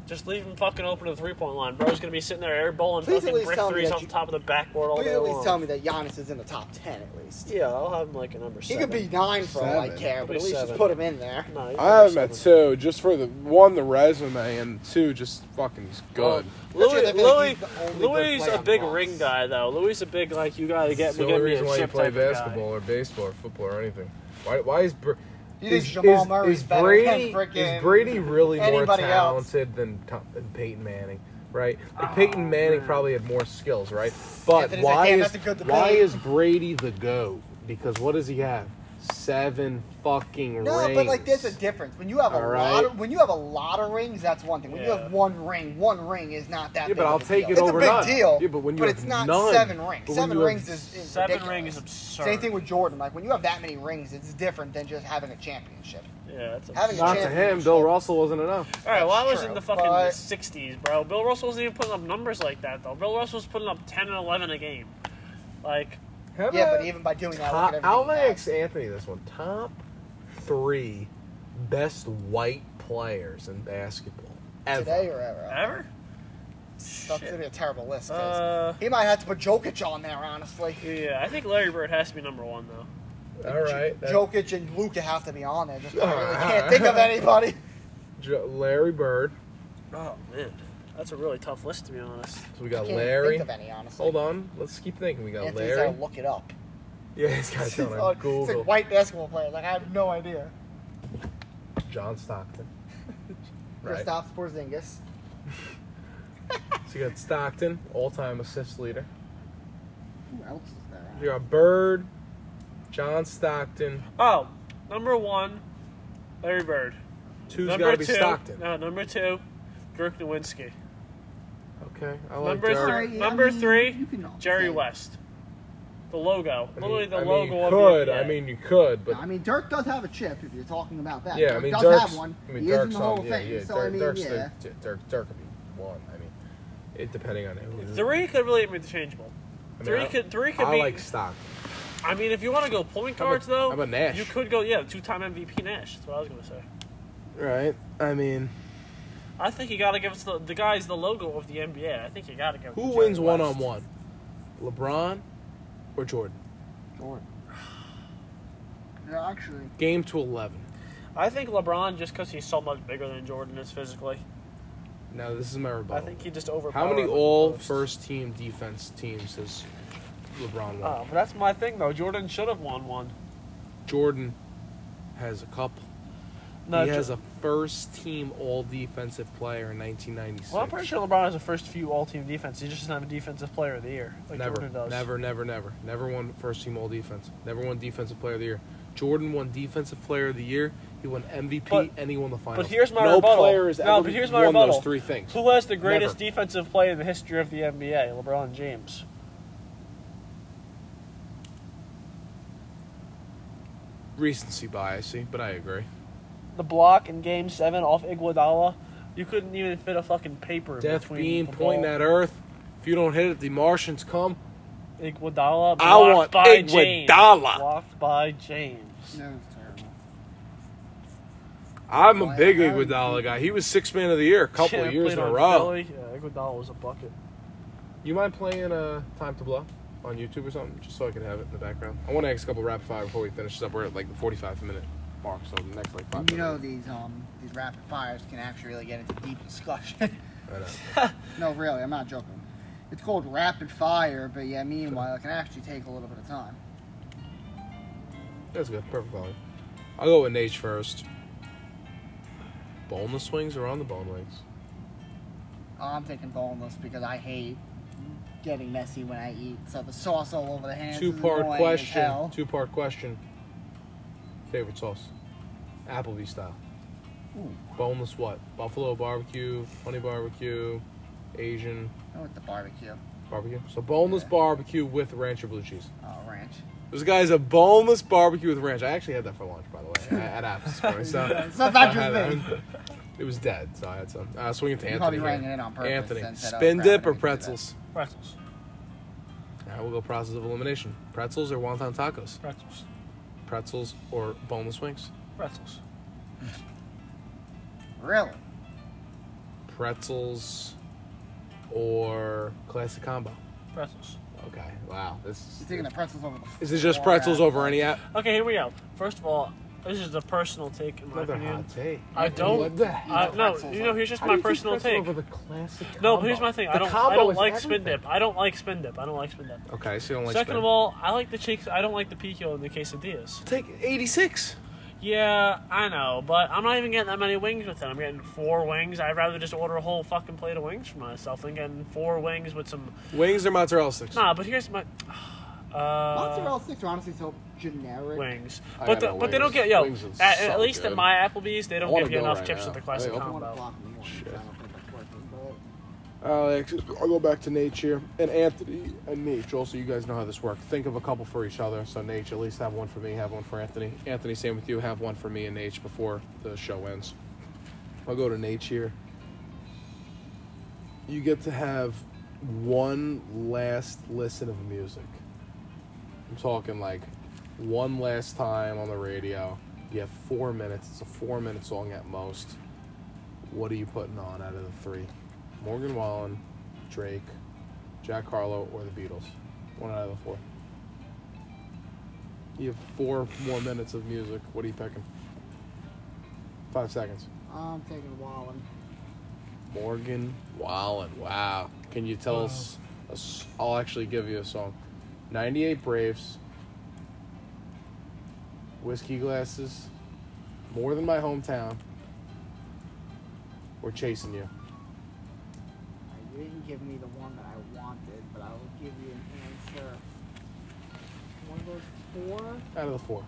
C: Just leave him fucking open to the three point line. Bro's gonna be sitting there air bowling
B: Please at
C: fucking
B: least
C: brick
B: tell me
C: threes
B: that
C: off
B: you-
C: the top of the backboard all
B: Please
C: day
B: at least
C: long.
B: tell me that Giannis is in the top ten at least.
C: Yeah, I'll have him like a number
B: He
C: seven.
B: could be nine for all I
E: Seven.
B: care, but at
C: Could be
B: least just
C: seven.
B: put him in there.
C: No, he's
E: I have him
C: number
E: at
C: seven.
E: two, just for the one, the resume, and two, just fucking he's good.
C: Louis,
B: That's it, I feel like
C: Louis,
B: he's the only good
C: Louis is
B: player
C: a
B: on
C: big
B: Fox.
C: ring guy though. Louis is a big like you gotta get
A: It's the
C: me,
A: only
C: get me a
A: reason why you
C: chip
A: play
C: type of guy.
A: basketball or baseball or football or anything. Why, why is Br-
B: You think Jamal Murray's better
A: Brady,
B: than frickin'
A: is Brady really more
B: anybody else?
A: talented than, Tom, than Peyton Manning? Right, Like, Peyton Manning probably had more skills, right? But
B: Anthony's like,
A: why
B: "Damn,
A: is
B: that's a good
A: why
B: debate."
A: is Brady the goat? Because what does he have? Seven fucking
B: No,
A: rings.
B: but like there's a difference. When you have a
A: All
B: lot,
A: right.
B: of, when you have a lot of rings, that's one thing. When you
C: Yeah.
B: have one ring, one ring is not that.
A: Yeah,
B: big
A: but
B: of
A: I'll
B: a
A: take
B: deal.
A: it
B: it's
A: over
B: a big
A: none.
B: deal.
A: Yeah, but when you
B: but
A: have
B: it's not
A: none-
B: seven
A: but
B: rings.
A: when
B: Seven
A: you have
B: rings is, is
C: Seven
B: ridiculous.
C: rings is absurd.
B: Same thing with Jordan. Like when you have that many rings, it's different than just having a championship.
C: Yeah, that's a
B: Having a
A: Not to him. Bill Russell wasn't enough.
C: All right, well, I was
B: True,
C: in the fucking
B: but-
C: 60s, bro. Bill Russell wasn't even putting up numbers like that, though. Bill Russell was putting up 10 and 11 a game. Like,
B: Yeah, but even by doing that, look
A: Top,
B: at everything
A: I'll
B: he has.
A: ask Anthony this one. Top three best white players in basketball ever.
B: today or ever.
C: ever?
B: That's gonna be a terrible list. 'cause
C: Uh,
B: he might have to put Jokic on there, honestly.
C: yeah, I think Larry Bird has to be number one, though.
A: All right, that-
B: Jokic and Luca have to be on there. Just I really
A: Ah.
B: can't think of anybody.
A: Jo- Larry Bird.
C: Oh, man. That's a really tough list, to be honest.
A: So we got
B: Can't
A: Larry.
B: think of any, honestly.
A: Hold on, let's keep thinking. We got
B: Anthony's
A: Larry.
B: gotta look it up.
A: Yeah, this guy's
B: It's
A: on
B: like-
A: Google.
B: It's like white basketball players. Like I have no idea.
A: John Stockton.
B: Right.
A: Right.
B: Kristaps Porzingis.
A: So you got Stockton, all-time assist leader.
B: Who else is there?
A: You got Bird, John Stockton.
C: Oh, number one, Larry Bird.
A: Two's
C: number
A: got to be
C: two,
A: Stockton.
C: No, number two, Dirk Nowitzki.
A: Okay, I like
C: Number
A: Dirk.
C: three,
B: Sorry, I
C: number
B: mean,
C: three
B: you can all
C: Jerry
B: say-
C: West. The logo.
A: I mean-
C: Literally the
A: I mean,
C: logo
A: you
C: of
A: could.
C: the NBA.
A: I mean, you could, but
F: No, I mean, Dirk does have a chip if you're talking about that.
A: yeah,
F: Dirk
A: I mean,
F: does
A: Dirk's.
F: Uh, have one.
A: I mean,
F: he
A: Dirk's
F: is in the Hall
A: on-
F: of
A: yeah,
F: Fame,
A: yeah,
F: so
A: Dirk,
F: I mean,
A: Dirk's
F: yeah.
A: The, Dirk, Dirk could be one. I mean, it depending on who.
C: Three could really be interchangeable.
A: I mean,
C: Three
A: I-
C: could three could
A: I
C: be.
A: like Stockton.
C: I mean, if you want to go point
A: I'm a-
C: guards, though,
A: I'm a Nash.
C: You could go, yeah, two-time MVP Nash. That's what I was gonna say.
A: Right. I mean,
C: I think you gotta give us the the guy's the logo of the NBA. I think you gotta give. it
A: who
C: to
A: wins
C: Jerry West.
A: one on one, LeBron or Jordan?
F: Yeah, actually.
A: Game to eleven.
C: I think LeBron, just because he's so much bigger than Jordan is physically.
A: Now this is my
C: I
A: rebuttal.
C: think he just overpowered.
A: How many
C: him
A: all
C: most.
A: first team defense teams does LeBron won?
C: Oh, but that's my thing though. Jordan should have won one.
A: Jordan has a couple.
C: No,
A: he
C: Jo-
A: has a first team all defensive player in 1996.
C: Well, I'm pretty sure LeBron has the first few All-Team defense. He just doesn't have a Defensive Player of the Year like
A: never,
C: Jordan does.
A: never, never, never, never won first team all defense. Never won defensive player of the year. Jordan won defensive player of the year. He won MVP
C: But-
A: and he won the finals.
C: But here's my
A: no
C: rebuttal.
A: player has
C: no,
A: ever
C: but here's my
A: won
C: rebuttal.
A: those three things.
C: Who has the greatest
A: Never.
C: defensive play in the history of the NBA? LeBron James.
A: Recency bias, see, but I agree.
C: The block in Game Seven off Iguodala, you couldn't even fit a fucking paper.
A: Death
C: between
A: beam
C: the
A: pointing
C: ball.
A: at Earth. If you don't hit it, the Martians come.
C: Iguodala. Blocked
A: I want
C: by James.
A: Iguodala.
C: Blocked by James.
F: No, it's terrible.
A: I'm a
F: Why-
A: big
F: why would
A: Iguodala
F: you-
A: guy. He was six man of the year a couple
C: Yeah,
A: of years
C: played
A: in a
C: on
A: row.
C: Philly. Yeah, Iguodala was a bucket.
A: You mind playing uh, Time to Blow on YouTube or something, just so I can have it in the background? I want to ask a couple rapid fire before we finish this up. We're at like the 45 minute mark, so the next like five.
F: And you know
A: minutes.
F: these um these rapid fires can actually really get into deep discussion.
A: I know.
B: No, really, I'm not joking. It's called rapid fire, but yeah, meanwhile, it can actually take a little bit of time.
A: That's good. Perfect volume. I'll go with Nage first. Boneless wings or on the bone wings?
B: I'm taking boneless because I hate getting messy when I eat, so the sauce all over the hands. is
A: Two part
B: annoying as
A: question.
B: hell.
A: Two part question. Favorite sauce? Applebee style.
B: Ooh.
A: Boneless what? Buffalo barbecue, honey barbecue, Asian
B: I went Oh, the barbecue.
A: barbecue. So boneless
B: Yeah.
A: barbecue with ranch or blue cheese.
B: Oh, ranch.
A: This guy's a boneless barbecue with ranch. I actually had that for lunch, by the way, at at Apps. Corey, So
B: It's not that
A: I
B: your
A: had
B: thing.
A: that. It was dead, so I had some. Uh, swing it to
B: You
A: Anthony.
B: probably
A: here.
B: rang it in on purpose
A: Anthony,
B: and said, oh,
A: spin
B: crap, I
A: dip or
B: didn't do that.
A: pretzels?
C: Pretzels.
A: All right, we'll go process of elimination. Pretzels or wonton tacos?
C: Pretzels.
A: Pretzels or boneless wings?
C: Pretzels.
B: Really?
A: Pretzels or classic combo?
C: Pretzels.
A: Okay, wow. This
B: You're taking the pretzels over the.
A: is it just
B: floor
A: pretzels
B: out.
A: over any app?
C: Okay, here we go. First of all, this is a personal take in my
A: Another
C: opinion.
A: hot take.
C: I don't-
A: What the hell?
C: Uh, no,
B: Pretzels
C: you
B: are-
C: know, here's just
A: How do
C: my
A: you take
C: personal
A: pretzel
C: take.
A: Over the classic
C: No,
A: combo?
C: but here's my thing. I
A: The
C: don't.
A: combo
C: I don't
A: is
C: like spin
A: everything.
C: dip. I don't like spin dip. I don't like spin dip.
A: Okay, so you don't like
C: Second
A: spin.
C: of all, I like the cheeks. I don't like the pico and the quesadillas.
A: take 86.
C: Yeah, I know, but I'm not even getting that many wings with it. I'm getting four wings. I'd rather just order a whole fucking plate of wings for myself than getting four wings with some.
A: Wings or mozzarella sticks?
C: Nah, but here's my. Uh,
B: Mozzarella sticks are honestly so generic.
C: wings,
A: I
C: but
A: got
C: the,
A: no
C: but they don't
A: wings.
C: get yo.
A: Wings
C: At,
A: is
C: at
A: so
C: least at
A: good.
C: my Applebee's, they
A: I
C: don't
A: wanna
C: give you
A: go
C: enough
A: right
C: chips
A: now.
C: with the
A: Are
C: classic
A: they
B: I
A: open?
B: want to
C: combo.
B: block me once,
A: Shit.
B: I don't think that's working, but
A: Alex, I'll go back to Nate here. And Anthony and Nate, also, you guys know how this works. Think of a couple for each other. So, Nate, at least have one for me, have one for Anthony. Anthony, same with you. Have one for me and Nate before the show ends. I'll go to Nate here. You get to have one last listen of music. I'm talking like one last time on the radio. You have four minutes. It's a four minute song at most. What are you putting on out of the three? Morgan Wallen, Drake, Jack Harlow, or the Beatles? One out of the four. You have four more minutes of music. What are you picking? Five seconds.
B: I'm taking Wallen.
A: Morgan Wallen. Wow. Can you tell us? a s- I'll actually give you a song. 98 Braves, Whiskey Glasses, More Than My Hometown, We're Chasing You.
B: You didn't give me the one that I wanted, but I will give you an answer. One of those four.
A: Out of the four.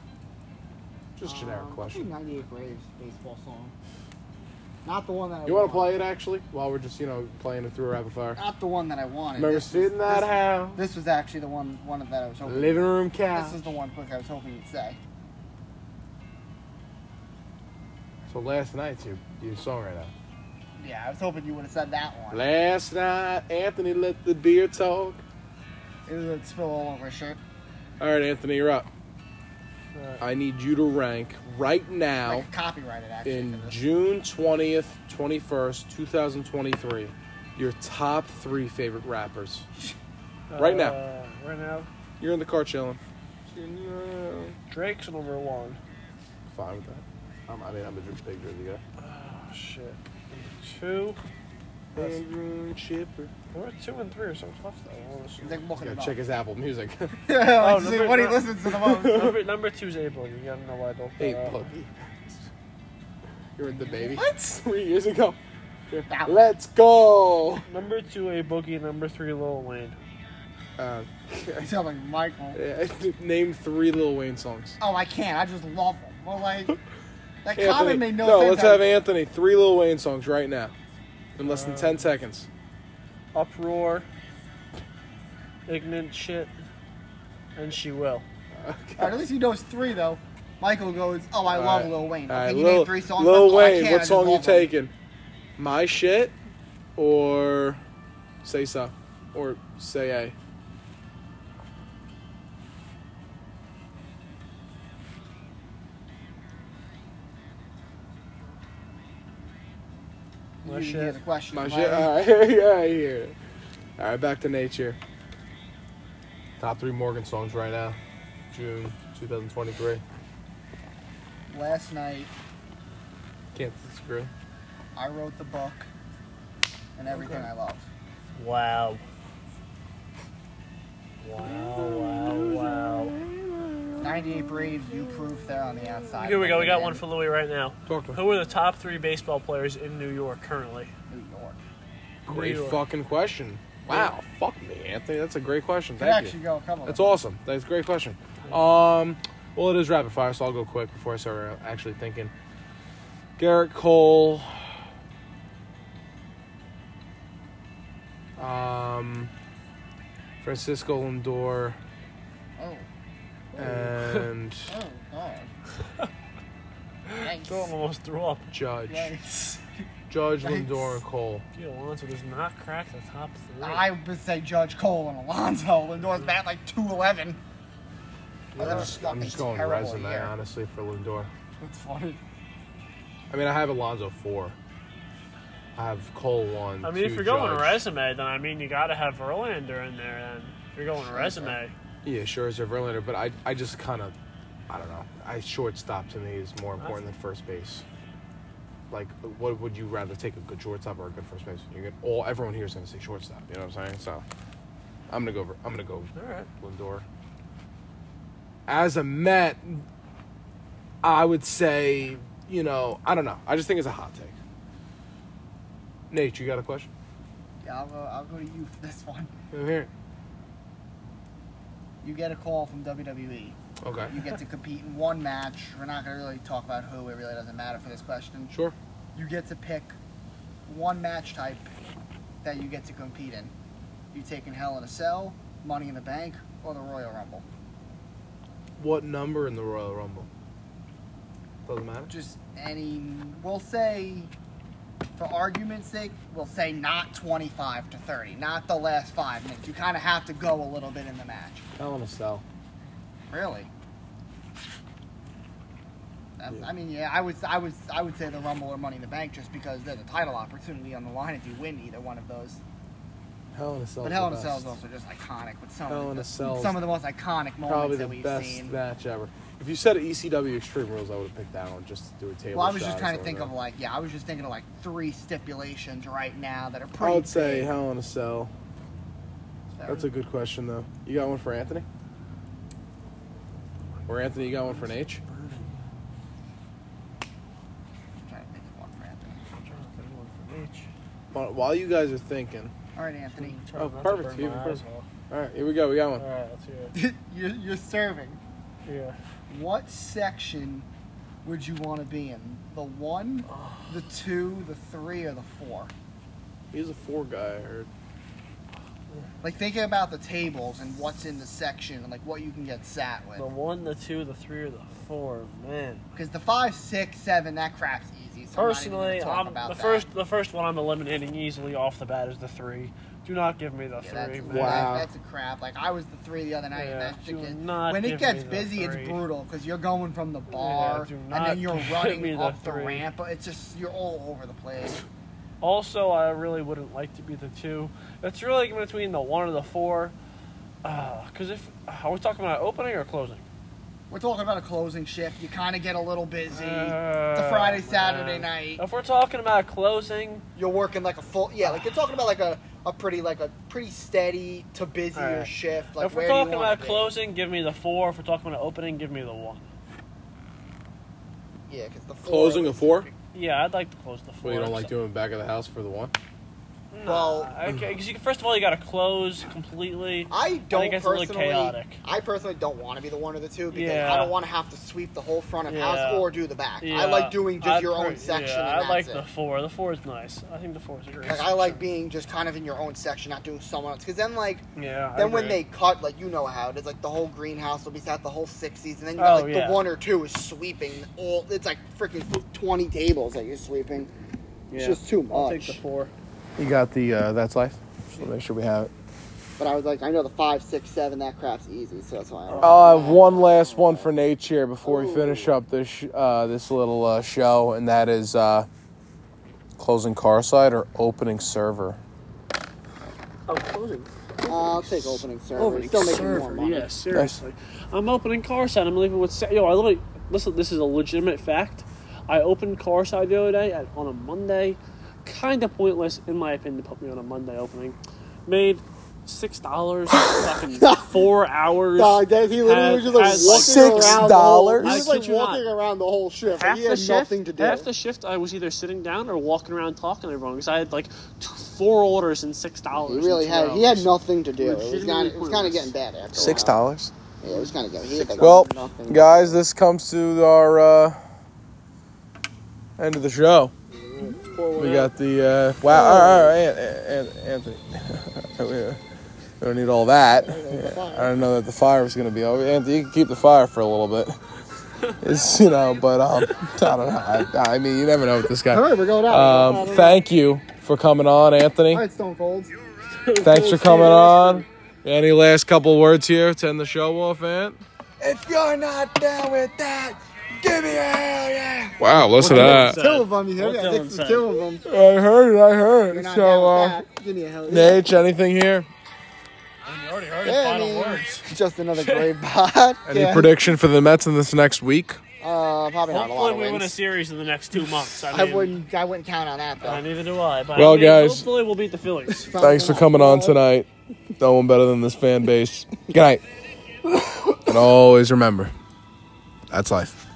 A: Just generic
B: um,
A: question.
B: probably 98 Braves baseball song. Not the one that I
A: You want to
B: want.
A: play it actually while we're just you know playing it through a rapid fire?
B: Not the one that I wanted.
A: Remember
B: This was-
A: sitting that
B: this,
A: house,
B: this was actually the one one that I was hoping.
A: living room couch.
B: This is the one quick I was hoping you'd say.
A: So last night's your your song right now.
B: Yeah, I was hoping you would have said that one.
A: Last night Anthony let the beer talk.
B: It would spill all over his shirt.
A: All right, Anthony, you're up. I need you to rank right
B: I
A: now
B: could copyright it actually.
A: in
B: for this.
A: June 20th, 21st, 2023, your top three favorite rappers. Right now.
C: Uh, right now,
A: You're in the car chilling.
B: uh,
C: Drake's number one.
A: Fine with that. I'm, I mean, I'm a dr- big Drizzy guy.
C: Oh shit. Two. That's-
A: Bedroom chipper.
C: We're at two and three or something tough though. honestly.
B: He's like looking
A: Gotta
B: it up.
A: check his Apple Music.
B: Let's
C: Oh,
B: see
C: number-
B: what he
C: no.
B: listens to the most.
C: number, number two's April. You gotta know why I don't.
A: hey,
C: uh,
A: look. You were the baby.
B: What?
A: Three years ago.
B: That one.
A: Let's go.
C: Number two, a boogie. Number three, Lil Wayne.
A: Uh,
B: You sound like Michael.
A: yeah, name three Lil Wayne songs.
B: Oh, I can't. I just love him. Well, like, that
A: Anthony-
B: comment made no,
A: no,
B: sense.
A: let's
B: I-
A: have Anthony three Lil Wayne songs right now, in less than
C: Uh,
A: ten seconds.
C: Uproar. Ignorant shit. And she will.
B: All right, at least he knows three though. Michael goes, "Oh, I love
A: Alright.
B: Lil Wayne." Okay,
A: Alright,
B: you
A: Lil,
B: need three songs.
A: Lil
B: left? Oh, I
A: Wayne,
B: can't, I
A: what
B: just
A: song you
B: love them.
A: taking? My shit, or say so, or say
B: You
C: My
B: didn't
C: shit.
B: hear the
A: a.
B: question.
A: My
B: Mike.
A: shit. All right, yeah, I hear it. All right, back to nature. Top three Morgan songs right now, June 2023.
B: Last night,
A: Can't disagree.
B: I wrote the book. and everything I love.
C: Wow. Wow, wow, wow.
B: 98 Braves, you proof there on the outside.
C: Here we go. We got
B: And
C: one for Louis right now.
A: Talk to him.
C: Who are the top three baseball players in New York currently?
B: New York.
A: Great
C: New York.
A: fucking question. Wow, fuck me, Anthony. That's a great question.
B: Could
A: Thank
B: actually
A: you.
B: go a couple.
A: That's
B: of them.
A: awesome. That's a great question. Um, well, it is rapid fire, so I'll go quick before I start actually thinking. Garrett Cole. Um, Francisco Lindor and
B: Oh, oh God. Thanks.
C: Joe almost threw up.
A: Judge.
B: Yikes.
A: Judge
B: Yikes.
A: Lindor and Cole.
C: Gio Alonso does not crack the top three.
B: I would say Judge Cole and Alonzo. Lindor's bat like 211.
G: I'm
A: I'm just going resume, honestly, for Lindor.
B: That's funny.
A: I mean, I have Alonzo four. I have Cole one.
C: I mean, if
A: two
C: you're going
A: Judge.
C: resume, then I mean you got to have Verlander in there. Then if you're going resume.
A: Yeah, sure, it's a Verlander, but I, I just kind of, I don't know. I shortstop to me is more important than first base. Like, what would you rather take a good shortstop or a good first baseman? You're gonna, all everyone here is going to say shortstop. You know what I'm saying? So, I'm gonna go. Ver- I'm gonna go
C: All right.
A: Lindor. As a Met, I would say, you know, I don't know. I just think it's a hot take. Nate, you got a question?
B: Yeah, I'll go, I'll go to you for this one.
A: Over here.
B: You get a call from WWE.
A: Okay.
B: You get to compete in one match. We're not going to really talk about who. It really doesn't matter for this question.
A: Sure.
B: You get to pick one match type that you get to compete in. You taking Hell in a Cell, Money in the Bank, or the Royal Rumble.
A: What number in the Royal Rumble? Doesn't matter.
B: Just any, we'll say, for argument's sake, we'll say not 25 to 30, not the last five minutes. You kind of have to go a little bit in the match.
A: Hell in a Cell.
B: Really? That-
A: Yeah.
B: I mean, yeah, I would, I would, I would say the Rumble or Money in the Bank just because there's a title opportunity on the line if you win either one of those.
A: Hell in a Cell.
B: but Hell in a Cell is also just iconic with some,
A: Hell in
B: of,
A: a
B: the,
A: Cell's
B: some of the most iconic moments
A: probably
B: that
A: the
B: we've
A: best
B: seen.
A: match ever. If you said ECW Extreme Rules, I would have picked that one just to do a table.
B: Well, I was just
A: shot or
B: trying to
A: something
B: think of
A: like.
B: like, yeah, I was just thinking of like three stipulations right now that are
A: that. I
B: pretty.
A: would say
B: big.
A: Hell in a Cell. That's a good question though. You got one for Anthony? Or Anthony, you got one for an H?
B: I'm trying to think of one for Anthony.
C: I'm trying to think of one from each.
A: While- While you guys are thinking,
B: All right, Anthony,
C: I'm trying
A: Oh,
C: not to
A: perfect.
C: burn
A: You
C: my
A: have a
C: eyes
A: perfect.
C: off.
A: all right, here we go. We got
C: All
A: one.
C: right, let's hear it.
B: you're, you're serving.
C: Yeah.
B: What section would you want to be in? The one, the two, the three, or the four?
A: He's a four guy. I heard.
B: Like thinking about the tables and what's in the section and like what you can get sat
C: The
B: with.
C: one, the two, the three, or the four. Man.
B: Because the five, six, seven, that crap's easy. So I'm not even gonna
C: Personally,
B: talk
C: I'm,
B: about
C: the
B: that.
C: first the first one I'm eliminating easily off the bat is the three. Do not give me the
B: Yeah, that's,
C: three.
B: that-
C: man.
A: Wow.
B: that's a crap. Like I was the three the other night. and
C: Yeah,
B: that
C: do
B: shit gets-
C: not
B: when
C: give
B: it
C: me
B: gets
C: the
B: busy,
C: three.
B: it's brutal because you're going from the bar
C: do
B: and
C: not
B: then you're
C: give me
B: running
C: the
B: up the
C: three.
B: ramp. It's just you're all over the place.
C: Also, I really wouldn't like to be the two. It's really between the one and the four. Because if are we talking about opening or closing?
B: We're talking about a closing shift. You kind of get a little busy.
C: Uh,
B: it's a Friday, Saturday
C: man.
B: night.
C: If we're talking about closing,
G: You're working like a full yeah, like you're talking about like a, a pretty like a pretty steady to busier
C: All right.
G: shift. Like
C: if we're
G: where do you
C: talking
G: wanna
C: about
G: be?
C: closing, give me the four. If we're talking about opening, give me the one.
G: yeah, because the four,
A: Closing a four?
C: Yeah, I'd like to close the four.
A: Well, you don't like doing back of the house for the one.
G: Well,
C: because first of all, you got to close completely.
G: I don't
C: think it's a little
G: personally.
C: chaotic.
G: I personally don't want to be the one or the two because
C: Yeah.
G: I don't want to have to sweep the whole front of house
C: Yeah.
G: or do the back.
C: Yeah,
G: I like doing just
C: I'd
G: your
C: pre-
G: own section.
C: Yeah,
G: and
C: I like
G: that's
C: the
G: it.
C: four. The four is nice. I think the four is a great.
G: Like I like being just kind of in your own section, not doing someone else. Because then, like,
C: Yeah. I
G: then when
C: agree.
G: they cut, like, you know how it is. Like the whole greenhouse will be sat the whole sixties, and then you
C: Oh,
G: got, like
C: yeah.
G: the one or two is sweeping all. It's like freaking twenty tables that you're sweeping. It's just too much.
C: I'll take the four.
A: You got the uh, that's life. Just want to make sure we have it.
G: But I was like, I know the five, six, seven. That crap's easy, so that's
C: Oh.
G: why. I
A: I'll have one last one for Nate here before we finish up this sh- uh, this little uh, show, and that is uh, closing car side or opening server.
C: Oh, closing.
G: I'll take opening server.
C: Opening
G: Still making
C: Oh, server.
G: more money.
C: Yeah, seriously. I'm opening Carside. I'm leaving with Sa- yo. I literally listen. This is a legitimate fact. I opened Carside the other day at, on a Monday. kind of pointless, in my opinion, to put me on a Monday opening. Made six dollars, fucking four hours.
H: Dog, that he literally was just like
C: Had-
H: walking
C: had like-
H: around the whole-
B: $6?
H: He was
C: I
H: like
C: kid you
H: walking
C: not.
H: around the whole shift.
C: half
H: he
C: the
H: had
C: shift,
H: nothing to do.
C: Half the shift, I was either sitting down or walking around talking to everyone because I had like t- four orders and six dollars.
B: He really
C: in two
B: had he had
C: hours.
B: nothing to do. It was
C: Legitimately
B: kind of it was kind of
C: pointless.
B: getting bad after a
A: Six
B: while.
A: dollars.
B: Yeah, it was kind of getting. He had like
A: Well,
B: nothing.
A: guys, this comes to our uh, end of the show. We got the uh, wow. All right, all right, An- An- Anthony. we, uh, we don't need all that. I didn't know that the fire was going to be over. Anthony, you can keep the fire for a little bit. It's you know, but um, I don't know. I, I mean, you never know with this
H: All
A: guy.
H: right, we're going out.
A: Um, thank you for coming on, Anthony.
H: All right, Stone Cold.
A: Thanks for coming on. Any last couple words here to end the show off, Ant?
B: if you're not down with that, give me a hell yeah.
A: Wow, listen to that.
H: Two of them. You hear
C: What
H: me? I
C: Dylan
H: think it's
C: said.
H: two of them.
A: I heard it. I heard
B: You're
A: it.
B: not
A: So,
B: down
A: uh,
B: with that. Give me a hell yeah.
A: Nate, anything here?
B: Yeah, I mean, Just another great pod.
A: Any prediction for the Mets in this next week?
B: Uh, probably not a lot
C: Hopefully,
B: of
C: we win a
B: wins.
C: series in the next two months. I,
B: I
C: mean,
B: wouldn't. I wouldn't count on that
C: uh,
B: though.
C: neither do I. But
A: Well,
C: I mean,
A: guys-
C: hopefully we'll beat the Phillies.
A: Thanks for coming on tonight. No one better than this fan base. Good night. And always remember, that's life.